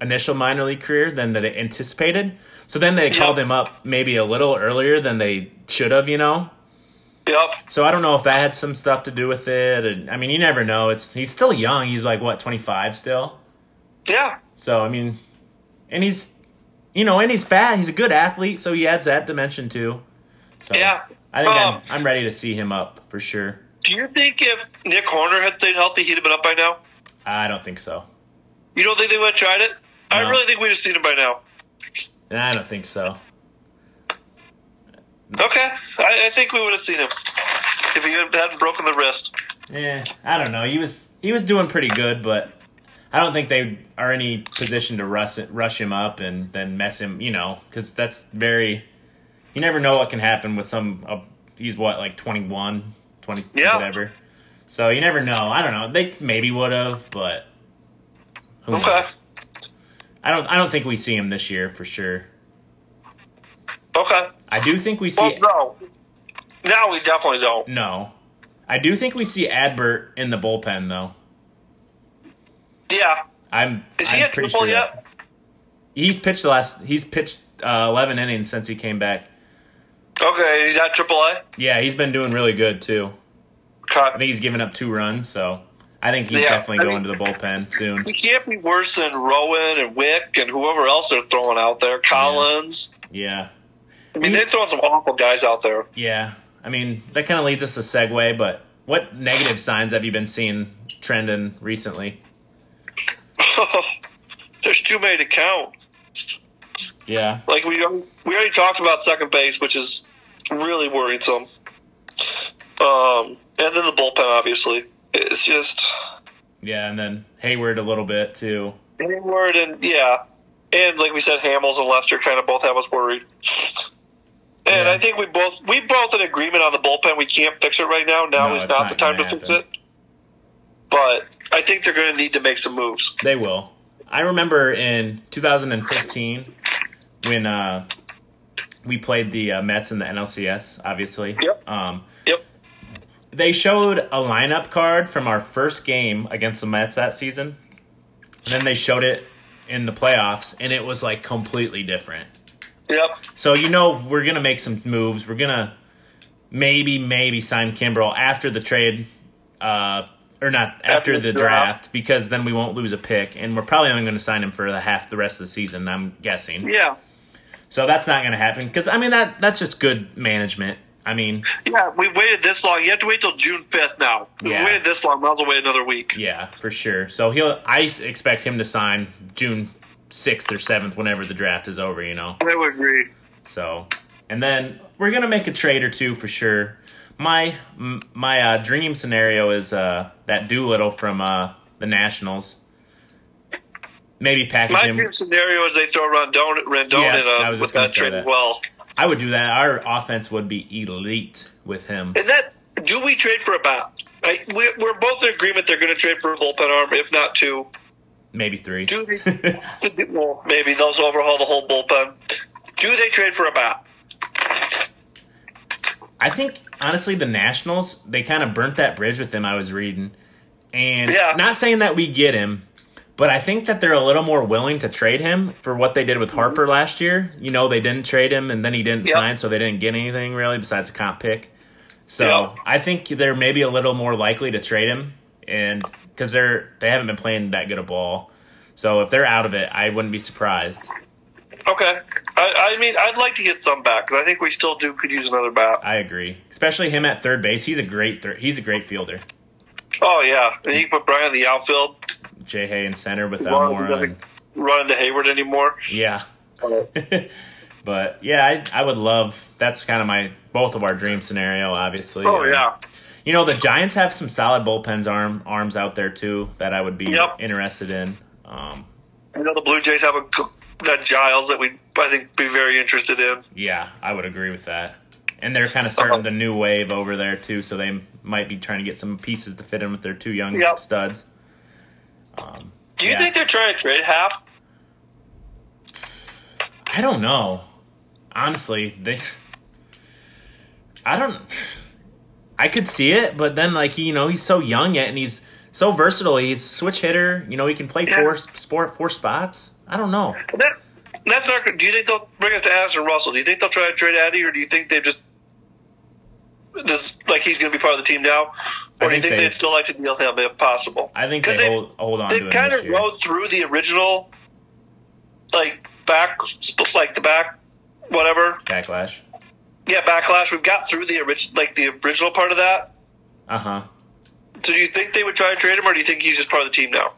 Speaker 1: initial minor league career than they anticipated. So then they called him up maybe a little earlier than they should have, you know.
Speaker 2: Yep.
Speaker 1: So I don't know if that had some stuff to do with it. And I mean, you never know. It's he's still young. He's like what twenty five still.
Speaker 2: Yeah.
Speaker 1: So I mean, and he's you know, and he's fat. He's a good athlete, so he adds that dimension too. So
Speaker 2: Yeah.
Speaker 1: I think
Speaker 2: Um,
Speaker 1: I'm, I'm ready to see him up for sure.
Speaker 2: Do you think if Nick Horner had stayed healthy, he'd have been up by now?
Speaker 1: I don't think so.
Speaker 2: You don't think they would have tried it? I
Speaker 1: No.
Speaker 2: really think we'd have seen him by now.
Speaker 1: I don't think so.
Speaker 2: Okay. I, I think we would have seen him if he hadn't broken the wrist.
Speaker 1: Yeah, Eh, I don't know. He was he was doing pretty good, but I don't think they are any position to rush rush him up and then mess him. You know, because that's very. You never know what can happen with some. Uh, he's what like 21, 20,
Speaker 2: Yeah.
Speaker 1: whatever. So you never know. I don't know. They maybe would have, but who
Speaker 2: Okay.
Speaker 1: knows? I don't. I don't think we see him this year for sure.
Speaker 2: Okay.
Speaker 1: I do think we see.
Speaker 2: Well, no. Now we definitely don't.
Speaker 1: No. I do think we see Adbert in the bullpen though.
Speaker 2: Yeah.
Speaker 1: I'm
Speaker 2: Is he
Speaker 1: I'm
Speaker 2: at
Speaker 1: pretty
Speaker 2: triple
Speaker 1: sure
Speaker 2: yet?
Speaker 1: that- He's pitched the last he's pitched uh, 11 innings since he came back.
Speaker 2: Okay. He's at AAA?
Speaker 1: Yeah, he's been doing really good too. I
Speaker 2: Okay.
Speaker 1: think he's given up two runs, so I think he's
Speaker 2: Yeah,
Speaker 1: definitely
Speaker 2: I
Speaker 1: going to
Speaker 2: mean-
Speaker 1: the bullpen soon.
Speaker 2: He can't be worse than Rowan and Wick and whoever else they're throwing out there. Collins.
Speaker 1: Yeah.
Speaker 2: I mean, they're throwing some awful guys out there.
Speaker 1: Yeah. I mean, that kind of leads us to segue, but what negative signs have you been seeing trending recently?
Speaker 2: There's too many to count.
Speaker 1: Yeah.
Speaker 2: like we we already talked about second base, which is really worrisome. Um, and then the bullpen, obviously, it's just
Speaker 1: Yeah, and then Hayward a little bit too.
Speaker 2: Hayward and yeah, and like we said, Hamels and Lester kind of both have us worried. And
Speaker 1: Yeah.
Speaker 2: I think we both we both in agreement on the bullpen. We can't fix it right now. Now
Speaker 1: No,
Speaker 2: is
Speaker 1: it's
Speaker 2: not,
Speaker 1: not
Speaker 2: the time to
Speaker 1: gonna
Speaker 2: fix it.
Speaker 1: happen.
Speaker 2: But I think they're going to need to make some moves.
Speaker 1: They will. I remember in 2015 when uh, we played the uh, Mets in the NLCS. Obviously,
Speaker 2: Yep.
Speaker 1: Um,
Speaker 2: Yep.
Speaker 1: they showed a lineup card from our first game against the Mets that season. And then they showed it in the playoffs, and it was like completely different.
Speaker 2: Yep.
Speaker 1: So you know we're gonna make some moves. We're gonna maybe maybe sign Kimbrel after the trade, uh, or not after,
Speaker 2: After
Speaker 1: the
Speaker 2: the draft.
Speaker 1: draft because then we won't lose a pick, and we're probably only gonna sign him for the half the rest of the season. I'm guessing.
Speaker 2: Yeah.
Speaker 1: So that's not gonna happen because I mean that that's just good management. I mean,
Speaker 2: Yeah. We waited this long. You have to wait till June fifth now.
Speaker 1: Yeah.
Speaker 2: We waited this long. Might as well wait another week.
Speaker 1: yeah, for sure. So he'll I s- expect him to sign June sixth or seventh whenever the draft is over. You know.
Speaker 2: I would agree.
Speaker 1: So, and then we're gonna make a trade or two for sure. My m- my uh, dream scenario is uh, that Doolittle from uh, the Nationals. Maybe package
Speaker 2: My
Speaker 1: him.
Speaker 2: dream scenario is they throw Rondon, Rendon
Speaker 1: Yeah, I was just
Speaker 2: in a, with
Speaker 1: gonna
Speaker 2: that
Speaker 1: say
Speaker 2: trade
Speaker 1: that.
Speaker 2: as well.
Speaker 1: I would do that. Our offense would be elite with him.
Speaker 2: And that do we trade for a bat? I, we're, we're both in agreement they're going to trade for a bullpen arm, if not two.
Speaker 1: Maybe three.
Speaker 2: Do they? well, maybe they'll overhaul the whole bullpen. Do they trade for a bat?
Speaker 1: I think honestly, the Nationals they kind of burnt that bridge with him. I was reading, and
Speaker 2: Yeah.
Speaker 1: not saying that we get him, but I think that they're a little more willing to trade him for what they did with Harper last year. You know, they didn't trade him, and then he didn't
Speaker 2: Mm-hmm. Yep.
Speaker 1: sign, so they didn't get anything really besides a comp pick. So
Speaker 2: Yep.
Speaker 1: I think they're maybe a little more likely to trade him, and because they're they haven't been playing that good a ball. So if they're out of it, I wouldn't be surprised.
Speaker 2: Okay. I, I mean, I'd like to get some back because I think we still do could use another bat.
Speaker 1: I agree, especially him at third base. He's a great thir- he's a great fielder.
Speaker 2: Oh yeah, and you can put Brian in the outfield.
Speaker 1: Jay Hay in center with
Speaker 2: As long as
Speaker 1: Almora
Speaker 2: he
Speaker 1: and-
Speaker 2: doesn't run into Hayward anymore.
Speaker 1: Yeah.
Speaker 2: Uh,
Speaker 1: but yeah, I, I would love that's kind of my both of our dream scenario, obviously.
Speaker 2: Oh
Speaker 1: And,
Speaker 2: yeah.
Speaker 1: You know, the Giants have some solid bullpens arm arms out there too that I would be
Speaker 2: Yep.
Speaker 1: interested in. Um,
Speaker 2: You know the Blue Jays have a g- that Giles that we I think be very interested in.
Speaker 1: yeah, I would agree with that. And they're kind of
Speaker 2: Uh-huh.
Speaker 1: starting the new wave over there too, so they might be trying to get some pieces to fit in with their two young
Speaker 2: Yep.
Speaker 1: studs.
Speaker 2: Do you
Speaker 1: Yeah.
Speaker 2: think they're trying to trade half?
Speaker 1: I don't know. Honestly, they. I don't. I could see it, but then like he, you know, he's so young yet, and he's so versatile. He's a switch hitter. You know, he can play
Speaker 2: Yeah.
Speaker 1: four sport four spots. I don't know.
Speaker 2: That, that's not. good. Do you think they'll bring us to Addison Russell? Do you think they'll try to trade Addy, or do you think they just this like he's going to be part of the team now,
Speaker 1: I
Speaker 2: or do you
Speaker 1: think
Speaker 2: think
Speaker 1: they-
Speaker 2: they, would still like to deal him if possible?
Speaker 1: I think
Speaker 2: 'Cause
Speaker 1: they, hold hold on
Speaker 2: they
Speaker 1: to him
Speaker 2: kind
Speaker 1: this
Speaker 2: of
Speaker 1: year.
Speaker 2: rode through the original like back sp- like the back whatever
Speaker 1: Backlash.
Speaker 2: yeah backlash. We've got through the original like the original part of that.
Speaker 1: Uh huh.
Speaker 2: So do you think they would try to trade him, or do you think he's just part of the team now?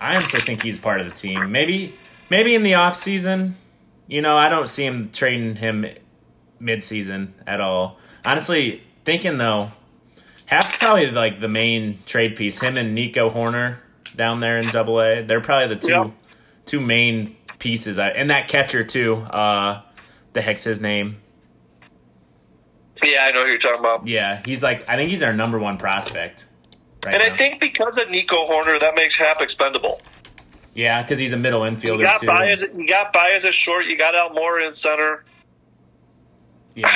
Speaker 1: I honestly think he's part of the team. Maybe maybe in the off season, you know, I don't see him trading him mid season at all. Honestly, thinking though, half probably like the main trade piece. Him and Nico Horner down there in Double A, they're probably the two
Speaker 2: Yeah.
Speaker 1: two main pieces. I, and that catcher too. Uh, the heck's his name?
Speaker 2: Yeah, I know who you're talking about.
Speaker 1: Yeah, he's like I think he's our number one prospect. Right
Speaker 2: And I
Speaker 1: now.
Speaker 2: think because of Nico Horner, that makes Hap expendable.
Speaker 1: yeah, because he's a middle
Speaker 2: You
Speaker 1: infielder
Speaker 2: got
Speaker 1: too.
Speaker 2: Baez. You got Baez at short. You got Almora in center.
Speaker 1: Yeah.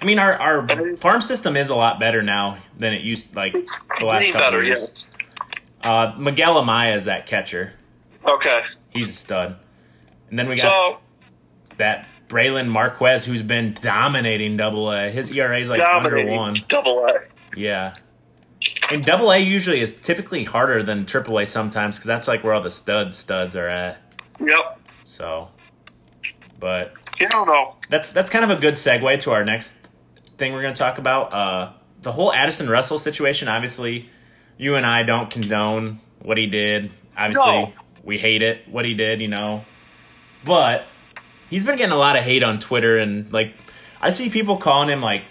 Speaker 1: I mean, our, our
Speaker 2: Everything's-
Speaker 1: farm system is a lot better now than it used like the last
Speaker 2: Getting
Speaker 1: couple
Speaker 2: better,
Speaker 1: years. Uh, Miguel Amaya is that catcher.
Speaker 2: yeah. Okay,
Speaker 1: He's a stud. And then we got
Speaker 2: so
Speaker 1: that Braylon Marquez, who's been dominating Double A. His ERA is like under one.
Speaker 2: dominating double A.
Speaker 1: Yeah. And Double A usually is typically harder than Triple A sometimes because that's like where all the stud studs are at.
Speaker 2: Yep.
Speaker 1: So, but
Speaker 2: You don't know.
Speaker 1: that's that's kind of a good segue to our next thing we're going to talk about. Uh, the whole Addison Russell situation. Obviously, you and I don't condone what he did. Obviously,
Speaker 2: No.
Speaker 1: we hate it what he did. You know, but he's been getting a lot of hate on Twitter and like I see people calling him like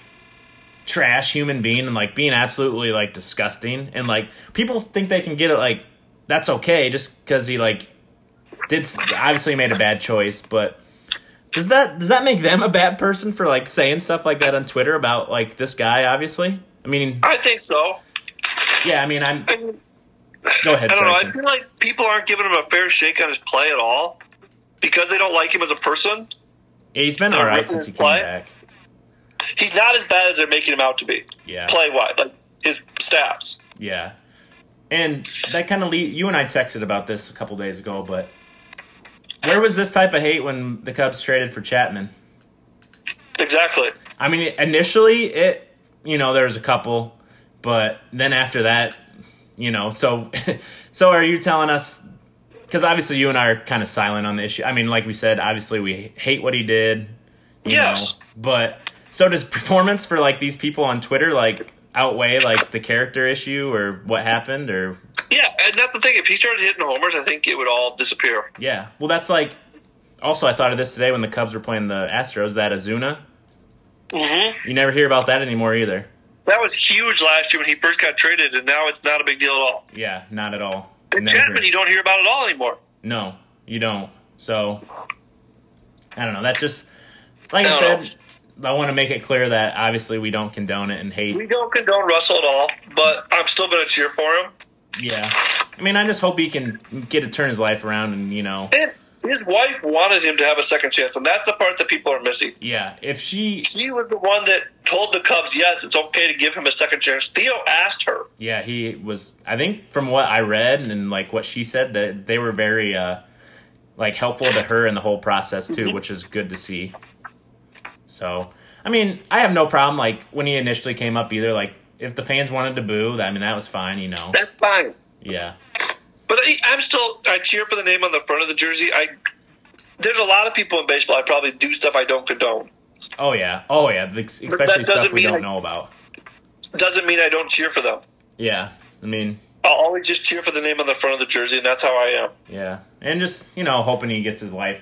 Speaker 1: trash human being and like being absolutely like disgusting and like people think they can get it like that's okay just because he like did obviously made a bad choice but does that does that make them a bad person for like saying stuff like that on twitter about like this guy obviously i mean
Speaker 2: I think so.
Speaker 1: yeah i mean i'm
Speaker 2: I mean,
Speaker 1: go ahead
Speaker 2: I don't know. I
Speaker 1: Sargent.
Speaker 2: feel like people aren't giving him a fair shake on his play at all because they don't like him as a person.
Speaker 1: Yeah, he's been
Speaker 2: the
Speaker 1: all right
Speaker 2: written
Speaker 1: since he came
Speaker 2: play?
Speaker 1: back
Speaker 2: He's not as bad as they're making him out to be.
Speaker 1: yeah
Speaker 2: Play wise, like his stats.
Speaker 1: Yeah. And that kind of lead you and I texted about this a couple days ago, but where was this type of hate when the Cubs traded for Chapman?
Speaker 2: Exactly.
Speaker 1: I mean, initially it, you know, there was a couple, but then after that, you know, so so are you telling us cuz obviously you and I are kind of silent on the issue. I mean, like we said, obviously we hate what he did. you
Speaker 2: Yes.
Speaker 1: but so does performance for like these people on Twitter like outweigh like the character issue or what happened or
Speaker 2: Yeah, and that's the thing. If he started hitting homers, I think it would all disappear.
Speaker 1: Yeah. Well, that's like. Also, I thought of this today when the Cubs were playing the Astros. That Azuna,
Speaker 2: Mm-hmm.
Speaker 1: you never hear about that anymore either.
Speaker 2: That was huge last year when he first got traded, and now it's not a big deal at all.
Speaker 1: Yeah, not at all.
Speaker 2: And
Speaker 1: Never.
Speaker 2: Chapman, you don't hear about at all anymore.
Speaker 1: No, you don't. So, I don't know. That just, like
Speaker 2: I
Speaker 1: I
Speaker 2: don't
Speaker 1: said, I want to make it clear that obviously we don't condone it and hate.
Speaker 2: We don't condone Russell at all, but I'm still going to cheer for him.
Speaker 1: yeah. I mean, I just hope he can get to turn his life around and you know,
Speaker 2: And his wife wanted him to have a second chance, and that's the part that people are missing.
Speaker 1: yeah. If she,
Speaker 2: She was the one that told the Cubs, yes, it's okay to give him a second chance. Theo asked her.
Speaker 1: Yeah, he was. I think from what I read and like what she said, that they were very uh, like helpful to her in the whole process too, which is good to see. So, I mean, I have no problem like when he initially came up either. Like if the fans wanted to boo, I mean that was fine, you know.
Speaker 2: That's fine.
Speaker 1: Yeah,
Speaker 2: But I, I'm still, I cheer for the name on the front of the jersey. I There's a lot of people in baseball I probably do stuff I don't condone.
Speaker 1: oh yeah, oh yeah, the- especially stuff
Speaker 2: doesn't
Speaker 1: we
Speaker 2: mean
Speaker 1: don't
Speaker 2: I-
Speaker 1: know about.
Speaker 2: Doesn't mean I don't cheer for them.
Speaker 1: Yeah, I mean,
Speaker 2: I'll always just cheer for the name on the front of the jersey, and that's how I am.
Speaker 1: yeah, and just you know hoping he gets his life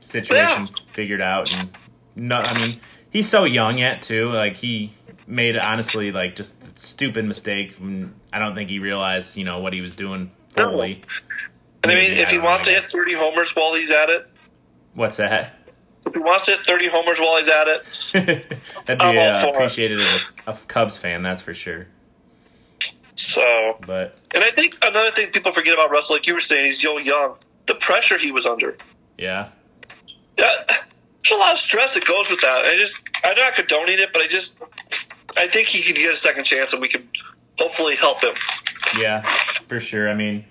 Speaker 1: situation figured out and no i mean he's so young yet too like he made honestly like just a stupid mistake and i don't think he realized you know what he was doing
Speaker 2: No.
Speaker 1: fully
Speaker 2: And I mean,
Speaker 1: Maybe,
Speaker 2: if
Speaker 1: I
Speaker 2: he
Speaker 1: don't
Speaker 2: wants
Speaker 1: know.
Speaker 2: to hit 30 homers while he's at it,
Speaker 1: what's that
Speaker 2: if he wants to hit 30 homers while he's at it,
Speaker 1: that'd
Speaker 2: I'm
Speaker 1: be
Speaker 2: all
Speaker 1: uh,
Speaker 2: for it.
Speaker 1: appreciated as a, a cubs fan that's for sure
Speaker 2: so.
Speaker 1: but
Speaker 2: And I think another thing people forget about Russell, like you were saying, he's so young. The pressure he was under.
Speaker 1: yeah
Speaker 2: That, there's a lot of stress that goes with that. I just, I'm not condoning it, but I just, I think he could get a second chance, and we could hopefully help him.
Speaker 1: yeah for sure i mean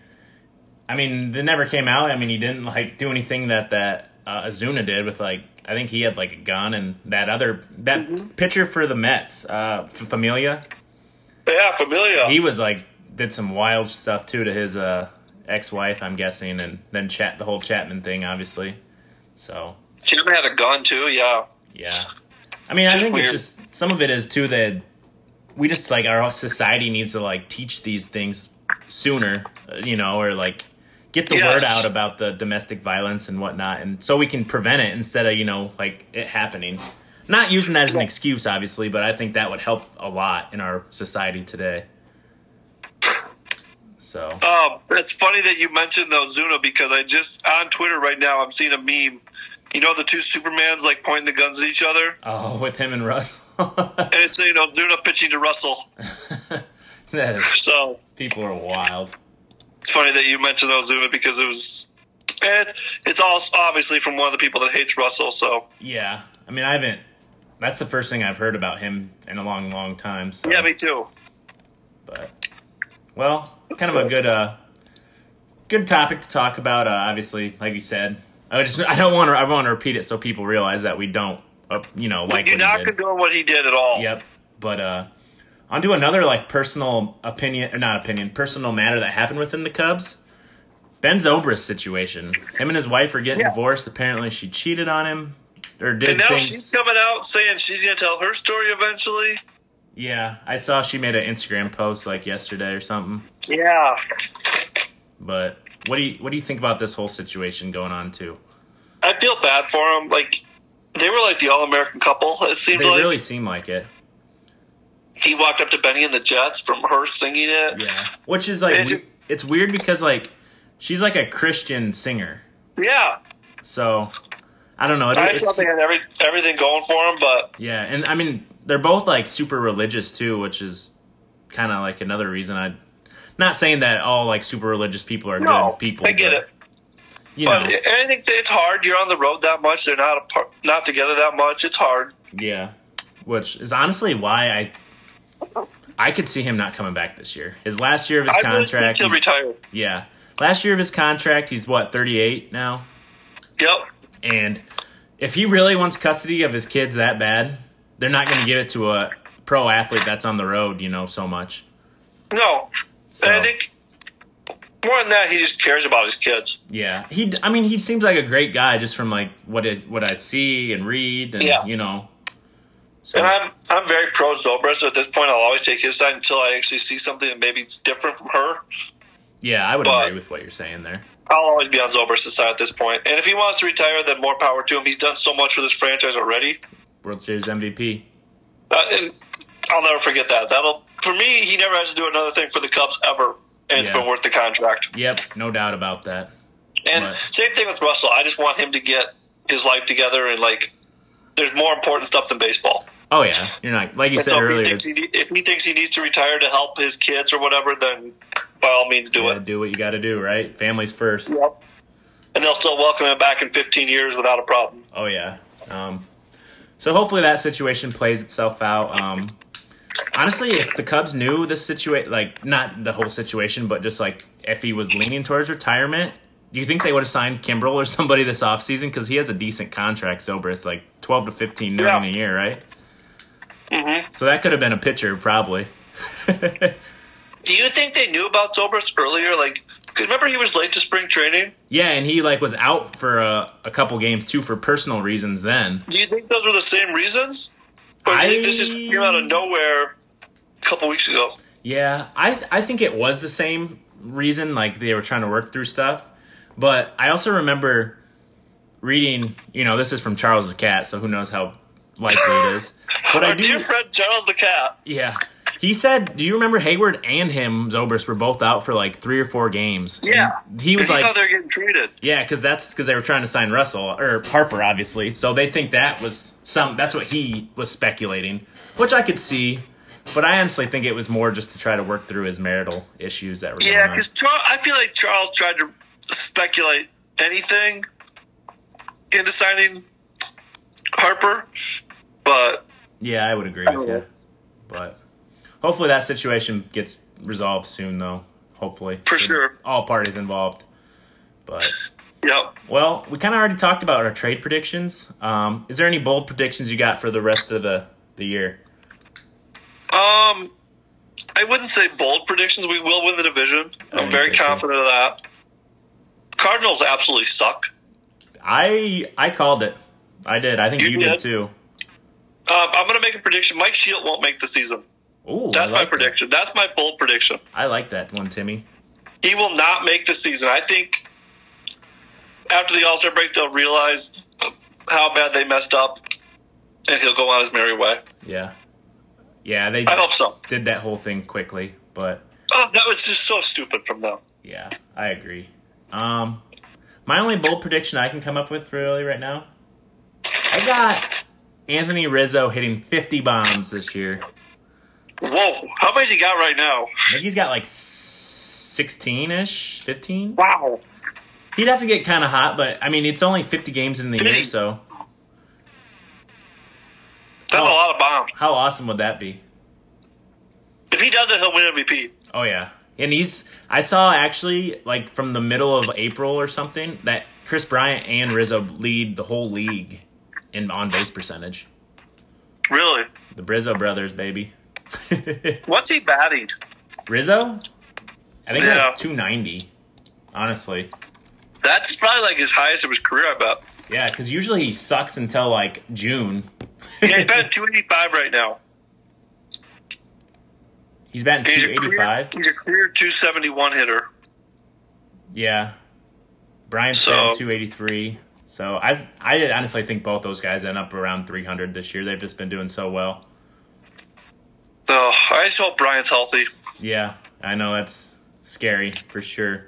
Speaker 1: i mean they never came out i mean he didn't like do anything that that uh, azuna did with like i think he had like a gun and that other that pitcher for the mets uh F- familia
Speaker 2: Yeah, Familia.
Speaker 1: he was like did some wild stuff too to his uh ex-wife i'm guessing and then chat the whole chapman thing obviously so
Speaker 2: Jim had a gun too. Yeah,
Speaker 1: yeah i mean i
Speaker 2: It's
Speaker 1: think it's
Speaker 2: weird.
Speaker 1: just some of it is too that we just like our society needs to like teach these things sooner uh, you know or like get the word
Speaker 2: Yes.
Speaker 1: out about the domestic violence and whatnot and so we can prevent it instead of you know like it happening not using that as an excuse obviously but i think that would help a lot in our society today so
Speaker 2: um, it's funny that you mentioned though Zuna because I just on Twitter right now I'm seeing a meme. You know the two Supermans like pointing the guns at each other,
Speaker 1: Oh, with him and Russell.
Speaker 2: and it's you know Zuna pitching to Russell.
Speaker 1: that is,
Speaker 2: So
Speaker 1: people are wild.
Speaker 2: it's funny that you mentioned Ozuna because it was. And it's it's all obviously from one of the people that hates Russell. So
Speaker 1: Yeah. I mean, I haven't. That's the first thing I've heard about him in a long, long time. So,
Speaker 2: yeah, me too.
Speaker 1: but, well, kind of a good, uh, good topic to talk about. Uh, obviously, like you said, I just I don't want to I want to repeat it so people realize that we don't, uh, you know, like
Speaker 2: You're
Speaker 1: what he
Speaker 2: not
Speaker 1: did.
Speaker 2: condoning what he did at all.
Speaker 1: Yep. But uh onto another like personal opinion or not opinion, personal matter that happened within the Cubs. Ben Zobrist situation. Him and his wife are getting
Speaker 2: Yeah.
Speaker 1: divorced. Apparently she cheated on him or did
Speaker 2: And now
Speaker 1: things.
Speaker 2: she's coming out saying she's going to tell her story eventually.
Speaker 1: yeah, I saw she made an Instagram post like yesterday or something.
Speaker 2: Yeah.
Speaker 1: But what do you what do you think about this whole situation going on too?
Speaker 2: I feel bad for him. Like They were like the all American couple, it seemed
Speaker 1: They
Speaker 2: like.
Speaker 1: really seem like it.
Speaker 2: he walked up to Benny and the Jets from her singing it.
Speaker 1: Yeah. Which is like
Speaker 2: It's-
Speaker 1: we- it's weird because like she's like a Christian singer.
Speaker 2: Yeah.
Speaker 1: So I don't know. It,
Speaker 2: I
Speaker 1: it's,
Speaker 2: thought they had every, everything going for him, but
Speaker 1: yeah, and I mean they're both like super religious too, which is kind of like another reason I. Not saying that all like super religious people are good people.
Speaker 2: I get
Speaker 1: but,
Speaker 2: it.
Speaker 1: You know,
Speaker 2: But I think that it's hard. You're on the road that much. They're not apart, not together that much. It's hard.
Speaker 1: yeah. Which is honestly why I. I could see him not coming back this year. His last year of his
Speaker 2: I really think
Speaker 1: contract.
Speaker 2: he'll
Speaker 1: he's-
Speaker 2: retire.
Speaker 1: yeah, last year of his contract, he's what thirty eight now.
Speaker 2: Yep.
Speaker 1: And if he really wants custody of his kids that bad, they're not going to give it to a pro athlete that's on the road, you know, so much.
Speaker 2: No. And I
Speaker 1: So-
Speaker 2: think more than that, he just cares about his kids.
Speaker 1: Yeah, he. I mean, he seems like a great guy just from like what is what I see and read, and
Speaker 2: Yeah.
Speaker 1: you know. So
Speaker 2: And I'm I'm very pro Zobra, so at this point, I'll always take his side until I actually see something that maybe it's different from her.
Speaker 1: yeah, I would
Speaker 2: but-
Speaker 1: agree with what you're saying there.
Speaker 2: I'll always be on Zobrist's side at this point. And if he wants to retire, then more power to him. He's done so much for this franchise already.
Speaker 1: World Series MVP.
Speaker 2: Uh, and I'll never forget that. That'll for me. He never has to do another thing for the Cubs ever, and it's
Speaker 1: Yeah.
Speaker 2: been worth the contract.
Speaker 1: Yep, no doubt about that.
Speaker 2: And
Speaker 1: Right.
Speaker 2: same thing with Russell. I just want him to get his life together and like. There's more important stuff than baseball.
Speaker 1: Oh yeah, you're not like you
Speaker 2: And
Speaker 1: said
Speaker 2: so if
Speaker 1: earlier.
Speaker 2: he, thinks he, need- if he thinks he needs to retire to help his kids or whatever, then by all means do
Speaker 1: gotta
Speaker 2: it.
Speaker 1: do what you got to do, right? Families first.
Speaker 2: Yep. And they'll still welcome him back in 15 years without a problem.
Speaker 1: Oh yeah. Um, so hopefully that situation plays itself out. Um, honestly, if the Cubs knew this situation, like not the whole situation, but just like if he was leaning towards retirement, do you think they would have signed Kimbrel or somebody this offseason? Because he has a decent contract. Zobrist like twelve to fifteen million
Speaker 2: Yeah.
Speaker 1: a year, right? So that could have been a pitcher, probably.
Speaker 2: Do you think they knew about Zobrist earlier? Like, 'cause remember he was late to spring training.
Speaker 1: Yeah, and he like was out for a, a couple games too for personal reasons. Then
Speaker 2: Do you think those were the same reasons? Or do you think this just
Speaker 1: I-
Speaker 2: came out of nowhere a couple weeks ago?
Speaker 1: Yeah, I I think it was the same reason like they were trying to work through stuff, but I also remember reading. You know, this is from Charles the Cat, so who knows how likely it is. But I
Speaker 2: Our
Speaker 1: do.
Speaker 2: dear friend Charles the Cat.
Speaker 1: Yeah, he said. Do you remember Hayward and him Zobrist were both out for like three or four games? and
Speaker 2: Yeah.
Speaker 1: he was
Speaker 2: he
Speaker 1: like,
Speaker 2: thought they were getting treated.
Speaker 1: yeah, because that's because they were trying to sign Russell or Harper, obviously. So they think that was some. That's what he was speculating, which I could see. But I honestly think it was more just to try to work through his marital issues that were going on.
Speaker 2: Yeah, because I feel like Charles tried to speculate anything into signing Harper, but
Speaker 1: Yeah, I would agree with
Speaker 2: yeah.
Speaker 1: you. But hopefully that situation gets resolved soon, though. Hopefully,
Speaker 2: For sure.
Speaker 1: all parties involved. But
Speaker 2: yep.
Speaker 1: well, we kind of already talked about our trade predictions. Um, is there any bold predictions you got for the rest of the the year?
Speaker 2: Um, I wouldn't say bold predictions. We will win the division. I'm
Speaker 1: I
Speaker 2: very
Speaker 1: think so.
Speaker 2: confident of that. Cardinals absolutely suck.
Speaker 1: I I called it. I did. I think
Speaker 2: You
Speaker 1: you, did
Speaker 2: did.
Speaker 1: too.
Speaker 2: Um, I'm going to make a prediction. Mike Shield won't make the season.
Speaker 1: Ooh,
Speaker 2: That's
Speaker 1: I like
Speaker 2: my prediction. That's my bold prediction.
Speaker 1: That. I like that one, Timmy.
Speaker 2: He will not make the season. I think after the All Star break, they'll realize how bad they messed up, and he'll go on his merry way.
Speaker 1: Yeah, yeah. They
Speaker 2: I hope so.
Speaker 1: did that whole thing quickly, but
Speaker 2: Oh, that was just so stupid from them.
Speaker 1: yeah, I agree. Um, my only bold prediction I can come up with really right now, I got Anthony Rizzo hitting fifty bombs this year. I
Speaker 2: Whoa! How many's he got right now?
Speaker 1: think he's got like sixteen ish, fifteen.
Speaker 2: Wow!
Speaker 1: He'd have to get kind of hot, but I mean, it's only fifty games in the year, so
Speaker 2: That's a lot of bombs.
Speaker 1: how awesome would that be?
Speaker 2: If he does it, he'll win MVP.
Speaker 1: Oh yeah, and he's I saw actually like from the middle of April or something that Chris Bryant and Rizzo lead the whole league in on base percentage.
Speaker 2: Really?
Speaker 1: The Brizzo brothers, baby.
Speaker 2: What's he batting?
Speaker 1: Rizzo, I think
Speaker 2: Yeah.
Speaker 1: that's two ninety. Honestly,
Speaker 2: That's probably like his highest of his career. I bet.
Speaker 1: yeah, because usually he sucks until like June.
Speaker 2: Yeah, he's batting 285 right now.
Speaker 1: He's batting
Speaker 2: He's
Speaker 1: two
Speaker 2: a
Speaker 1: eighty
Speaker 2: career,
Speaker 1: five.
Speaker 2: he's a career 271 hitter.
Speaker 1: Yeah, Bryant's
Speaker 2: So-
Speaker 1: batting two eighty three. So I I honestly think both those guys end up around 300 this year. They've just been doing so well.
Speaker 2: Oh, I just hope Brian's healthy.
Speaker 1: Yeah, I know that's scary for sure.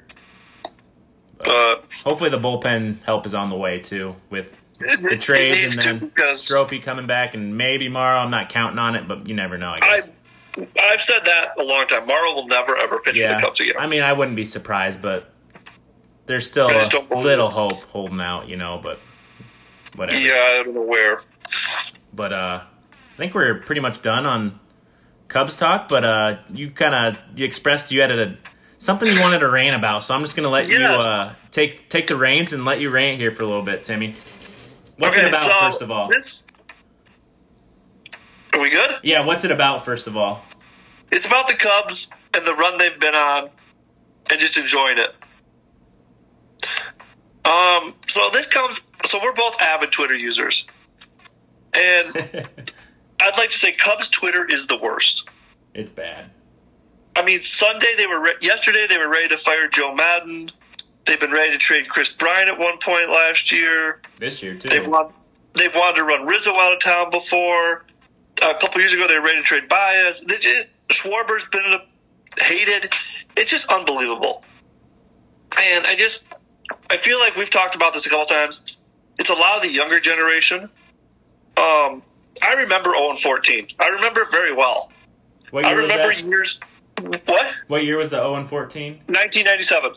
Speaker 2: Uh,
Speaker 1: Hopefully the bullpen help is on the way too with
Speaker 2: it,
Speaker 1: the
Speaker 2: it
Speaker 1: trades
Speaker 2: needs to
Speaker 1: and then
Speaker 2: because
Speaker 1: Stropey coming back and maybe Morrow. I'm not counting on it, but you never know. I
Speaker 2: I,
Speaker 1: guess.
Speaker 2: I've said that a long time. Morrow will never ever pitch
Speaker 1: yeah,
Speaker 2: for the Cubs again.
Speaker 1: I mean, I wouldn't be surprised, but there's still
Speaker 2: I just don't
Speaker 1: a
Speaker 2: believe
Speaker 1: little hope holding out, you know. But whatever.
Speaker 2: yeah, I don't know where.
Speaker 1: But uh, I think we're pretty much done on Cubs talk. But uh, you kind of you expressed you had a something you wanted to rant about, so I'm just gonna let you
Speaker 2: Yes.
Speaker 1: uh, take take the reins and let you rant here for a little bit, Timmy. What's it about
Speaker 2: so
Speaker 1: first of all?
Speaker 2: This, are we good?
Speaker 1: yeah, what's it about first of all?
Speaker 2: It's about the Cubs and the run they've been on and just enjoying it. Um, so this comes so we're both avid Twitter users. And I'd like to say Cubs Twitter is the worst.
Speaker 1: It's bad.
Speaker 2: I mean, Sunday they were re- yesterday they were ready to fire Joe Madden. They've been ready to trade Chris Bryant at one point last year.
Speaker 1: This year too.
Speaker 2: They've won- they've wanted to run Rizzo out of town before. A couple years ago, they were ready to trade Bias. They just, Schwarber's been in a- hated. It's just unbelievable. And I just, I feel like we've talked about this a couple times. It's a lot of the younger generation. Um, I remember 0 and 14. I remember it very well.
Speaker 1: What
Speaker 2: I
Speaker 1: year was
Speaker 2: remember
Speaker 1: that?
Speaker 2: years. What?
Speaker 1: What year was the 0 and 14?
Speaker 2: 1997.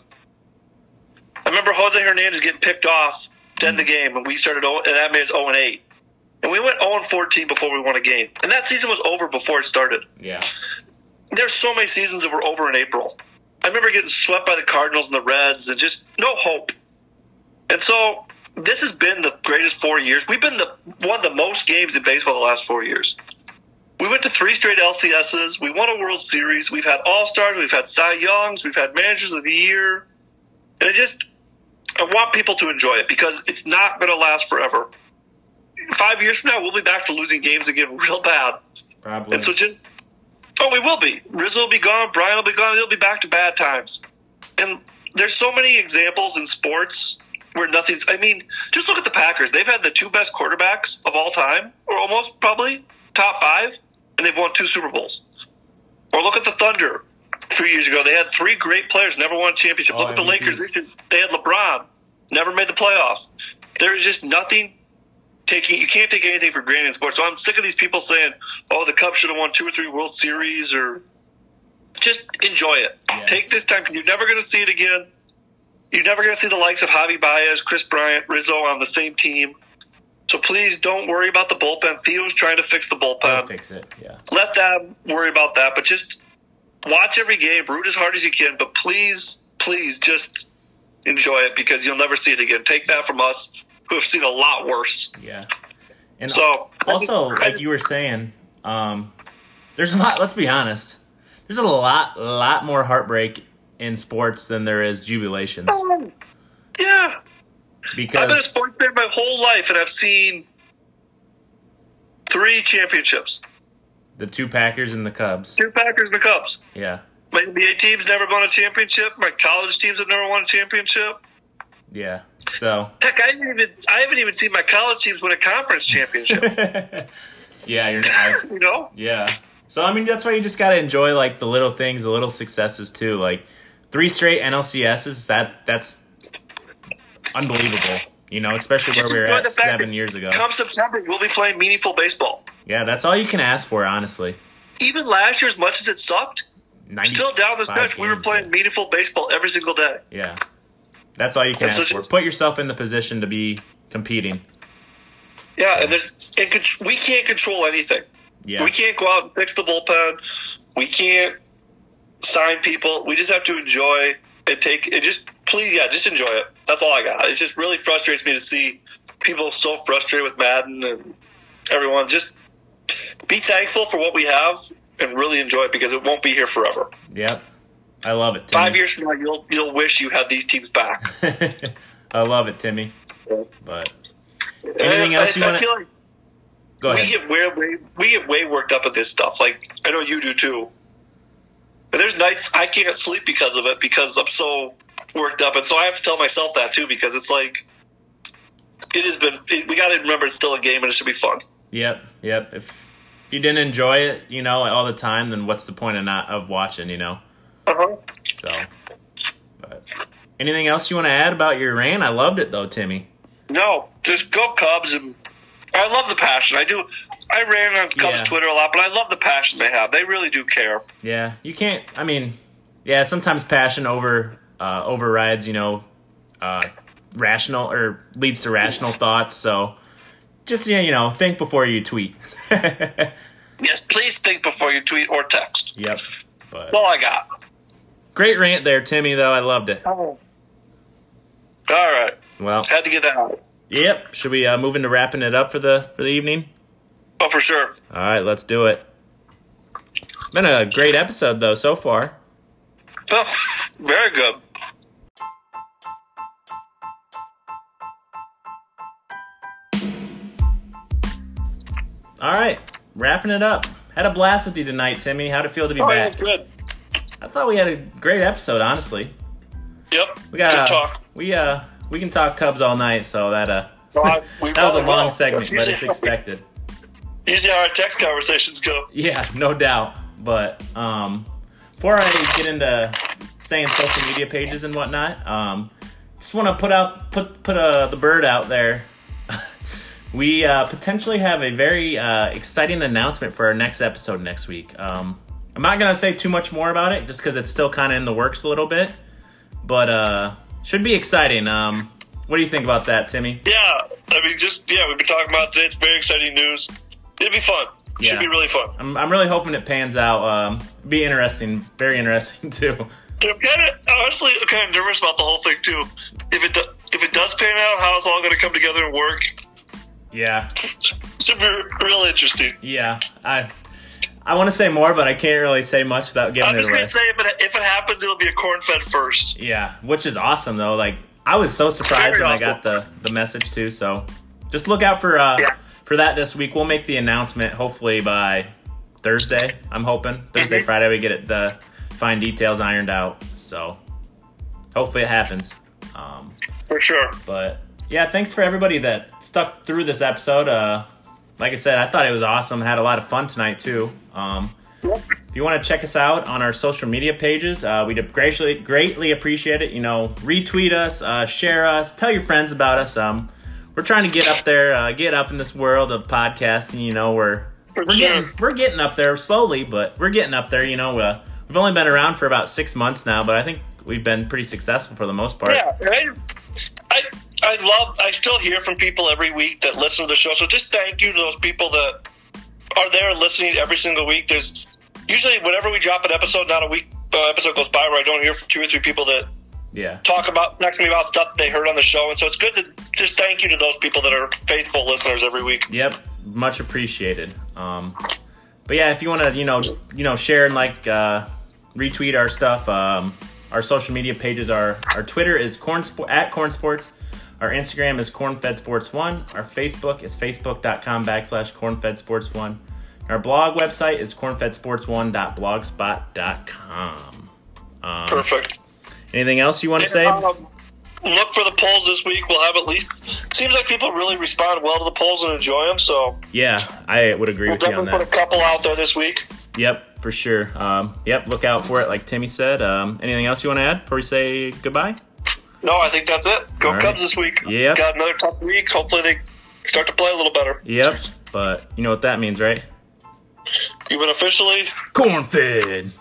Speaker 2: I remember Jose Hernandez getting picked off to end the game, and we started, oh- and that made us 0 and 8. And we went 0 and 14 before we won a game. And that season was over before it started.
Speaker 1: Yeah.
Speaker 2: There's so many seasons that were over in April. I remember getting swept by the Cardinals and the Reds and just no hope. And so this has been the greatest four years. We've been the won the most games in baseball the last four years. We went to three straight LCSs. We won a World Series. We've had All Stars. We've had Cy Youngs. We've had Managers of the Year. And I just I want people to enjoy it because it's not going to last forever. Five years from now, we'll be back to losing games again, real bad.
Speaker 1: Probably.
Speaker 2: And so just oh, we will be. Rizzo will be gone. Brian will be gone. He'll be back to bad times. And there's so many examples in sports where nothing's. I mean, just look at the Packers. They've had the two best quarterbacks of all time, or almost probably top five, and they've won two Super Bowls. Or look at the Thunder. A few years ago, they had three great players, never won a championship.
Speaker 1: Oh,
Speaker 2: look at the
Speaker 1: MVP.
Speaker 2: Lakers. They should- They had LeBron, never made the playoffs. There is just nothing taking you can't take anything for granted in sports. So I'm sick of these people saying, "Oh, the Cubs should have won two or three World Series," or just enjoy it.
Speaker 1: Yeah.
Speaker 2: Take this time. 'cause You're never going to see it again. You're never going to see the likes of Javi Baez, Chris Bryant, Rizzo on the same team. So please don't worry about the bullpen. Theo's trying to fix the
Speaker 1: They'll
Speaker 2: bullpen.
Speaker 1: fix it. Yeah.
Speaker 2: Let them worry about that. But just watch every game, root as hard as you can. But please, please just enjoy it because you'll never see it again. Take that from us who have seen a lot worse.
Speaker 1: Yeah. And
Speaker 2: So
Speaker 1: also, like you were saying, um, there's a lot. Let's be honest. There's a lot, lot more heartbreak in sports than there is jubilations
Speaker 2: yeah, I've been a
Speaker 1: because
Speaker 2: sports fan my whole life, and I've seen three championships:
Speaker 1: the two Packers and the Cubs.
Speaker 2: two Packers and the Cubs.
Speaker 1: Yeah.
Speaker 2: My NBA team's never won a championship. My college teams have never won a championship.
Speaker 1: Yeah. So.
Speaker 2: Heck, I haven't even I haven't even seen my college teams win a conference championship.
Speaker 1: yeah. You're. I,
Speaker 2: you know,
Speaker 1: Yeah. So I mean, that's why you just gotta enjoy like the little things, the little successes too. Like three straight NLCSs. That that's unbelievable. You know, especially where
Speaker 2: Just
Speaker 1: we were
Speaker 2: enjoy
Speaker 1: at
Speaker 2: the fact
Speaker 1: seven
Speaker 2: that
Speaker 1: years ago.
Speaker 2: come September, we'll be playing meaningful baseball.
Speaker 1: Yeah, that's all you can ask for, honestly.
Speaker 2: Even last year, as much as it sucked, still down the
Speaker 1: 95
Speaker 2: stretch, we were
Speaker 1: games,
Speaker 2: playing meaningful baseball every single day.
Speaker 1: Yeah. Yeah. That's all you can
Speaker 2: It's
Speaker 1: ask
Speaker 2: such
Speaker 1: for.
Speaker 2: a-
Speaker 1: Put yourself in the position to be competing.
Speaker 2: Yeah, and there's and con- we can't control anything.
Speaker 1: Yeah.
Speaker 2: We can't go out and fix the bullpen. We can't sign people. We just have to enjoy and take and just please, yeah, just enjoy it. That's all I got. It just really frustrates me to see people so frustrated with Madden and everyone. Just be thankful for what we have and really enjoy it because it won't be here forever.
Speaker 1: Yep. I love it, Timmy.
Speaker 2: Five years from now, you'll you'll wish you had these teams back.
Speaker 1: I love it, Timmy. But Anything
Speaker 2: And
Speaker 1: else you
Speaker 2: I, I
Speaker 1: wanna-
Speaker 2: feel like
Speaker 1: go
Speaker 2: we
Speaker 1: ahead.
Speaker 2: get way, way we get way worked up at this stuff. Like I know you do too. And there's nights I can't sleep because of it because I'm so worked up, and so I have to tell myself that too because it's like it has been. It, we got to remember it's still a game and it should be fun.
Speaker 1: Yep, yep. If, if you didn't enjoy it, you know, all the time, then what's the point of not of watching? You know.
Speaker 2: Uh-huh.
Speaker 1: So, but anything else you want to add about your rant? I loved it though, Timmy.
Speaker 2: No, just go Cubs. And I love the passion. I do. I ran on Cubs
Speaker 1: Yeah.
Speaker 2: Twitter a lot, but I love the passion they have. They really do care.
Speaker 1: Yeah, you can't. I mean, yeah, sometimes passion over uh, overrides, you know, uh, rational or leads to rational thoughts. So, just yeah, you know, think before you tweet. yep.
Speaker 2: Yes, please think before you tweet or text.
Speaker 1: But
Speaker 2: All I got.
Speaker 1: great rant there, Timmy. Though I loved it.
Speaker 2: All right,
Speaker 1: Well,
Speaker 2: had to get that out.
Speaker 1: yep. Should we uh, move into wrapping it up for the for the evening?
Speaker 2: Oh, for sure.
Speaker 1: All right, let's do it. Been a great episode though so far.
Speaker 2: Oh, very good.
Speaker 1: All right, wrapping it up. Had a blast with you tonight, Timmy. How'd it feel to be
Speaker 2: All
Speaker 1: back?
Speaker 2: right, good.
Speaker 1: I thought we had a great episode, honestly.
Speaker 2: Yep.
Speaker 1: We got
Speaker 2: good
Speaker 1: uh,
Speaker 2: talk.
Speaker 1: We uh we can talk Cubs all night, so that uh
Speaker 2: God, we
Speaker 1: that was a
Speaker 2: really
Speaker 1: long
Speaker 2: will.
Speaker 1: segment,
Speaker 2: That's
Speaker 1: but it's
Speaker 2: usually-
Speaker 1: expected.
Speaker 2: Usually, how our text conversations go.
Speaker 1: Yeah, no doubt. But um, before I get into saying social media pages and whatnot, um, just want to put out put put uh, the bird out there. we uh, potentially have a very uh, exciting announcement for our next episode next week. Um, I'm not gonna say too much more about it, just because it's still kind of in the works a little bit. But uh, should be exciting. Um, what do you think about that, Timmy?
Speaker 2: Yeah, I mean, just yeah, we've been talking about it today. It's very exciting news. It'd be fun. It
Speaker 1: Yeah.
Speaker 2: Should be really fun.
Speaker 1: I'm, I'm really hoping it pans out. Um, be interesting, very interesting too.
Speaker 2: I'm kind of honestly I'm kind of nervous about the whole thing too. If it do, if it does pan out, how it's all going to come together and work
Speaker 1: Yeah,
Speaker 2: should be real interesting.
Speaker 1: yeah. I I want to say more, but I can't really say much without giving
Speaker 2: I'm
Speaker 1: it
Speaker 2: just
Speaker 1: away.
Speaker 2: going to say, but if it happens, it'll be a corn fed first.
Speaker 1: yeah, which is awesome though. Like I was so surprised
Speaker 2: Very
Speaker 1: when
Speaker 2: awesome.
Speaker 1: I got the the message too. So just look out for uh
Speaker 2: Yeah.
Speaker 1: for that this week. We'll make the announcement hopefully by Thursday. I'm hoping Thursday,
Speaker 2: Mhm.
Speaker 1: Friday we get it the fine details ironed out. So hopefully it happens. Um,
Speaker 2: For sure.
Speaker 1: But yeah, thanks for everybody that stuck through this episode. Uh, like I said, I thought it was awesome. Had a lot of fun tonight too. Um, if you want to check us out on our social media pages, uh, we'd greatly greatly appreciate it. You know, retweet us, uh, share us, tell your friends about us. Um, we're trying to get up there, uh, get up in this world of podcasting. You know, we're
Speaker 2: For
Speaker 1: we're
Speaker 2: sure.
Speaker 1: getting we're getting up there slowly, but we're getting up there. You know, uh, we've only been around for about six months now, but I think we've been pretty successful for the most part.
Speaker 2: Yeah, I, I, I love. I still hear from people every week that listen to the show. So just thank you to those people that are there listening every single week. There's usually whenever we drop an episode, not a week uh, episode goes by where I don't hear from two or three people that
Speaker 1: yeah.
Speaker 2: talk about text me about stuff that they heard on the show. And so it's good to just thank you to those people that are faithful listeners every week.
Speaker 1: Yep, much appreciated. Um, but yeah, if you want to, you know, you know, share and like, uh, retweet our stuff. Um, our social media pages are our Twitter is corn Spo- at corn sports. Our Instagram is cornfed sports one. Our Facebook is facebook.com backslash cornfed sports one. Our blog website is cornfedsports1.blogspot.com. Um,
Speaker 2: Perfect.
Speaker 1: anything else you want to say?
Speaker 2: Um, look for the polls this week. We'll have at least. Seems like people really respond well to the polls and enjoy them. So
Speaker 1: Yeah, I would agree
Speaker 2: we'll
Speaker 1: with you on
Speaker 2: definitely
Speaker 1: that.
Speaker 2: put a couple out there this week.
Speaker 1: Yep, for sure. Um, yep, look out for it, like Timmy said. Um, anything else you want to add before we say goodbye?
Speaker 2: No, I think that's it. Go
Speaker 1: All right.
Speaker 2: Cubs this week.
Speaker 1: Yeah.
Speaker 2: Got another tough week. Hopefully they start to play a little better.
Speaker 1: Yep, but you know what that means, right?
Speaker 2: You've been officially
Speaker 1: Corn fed.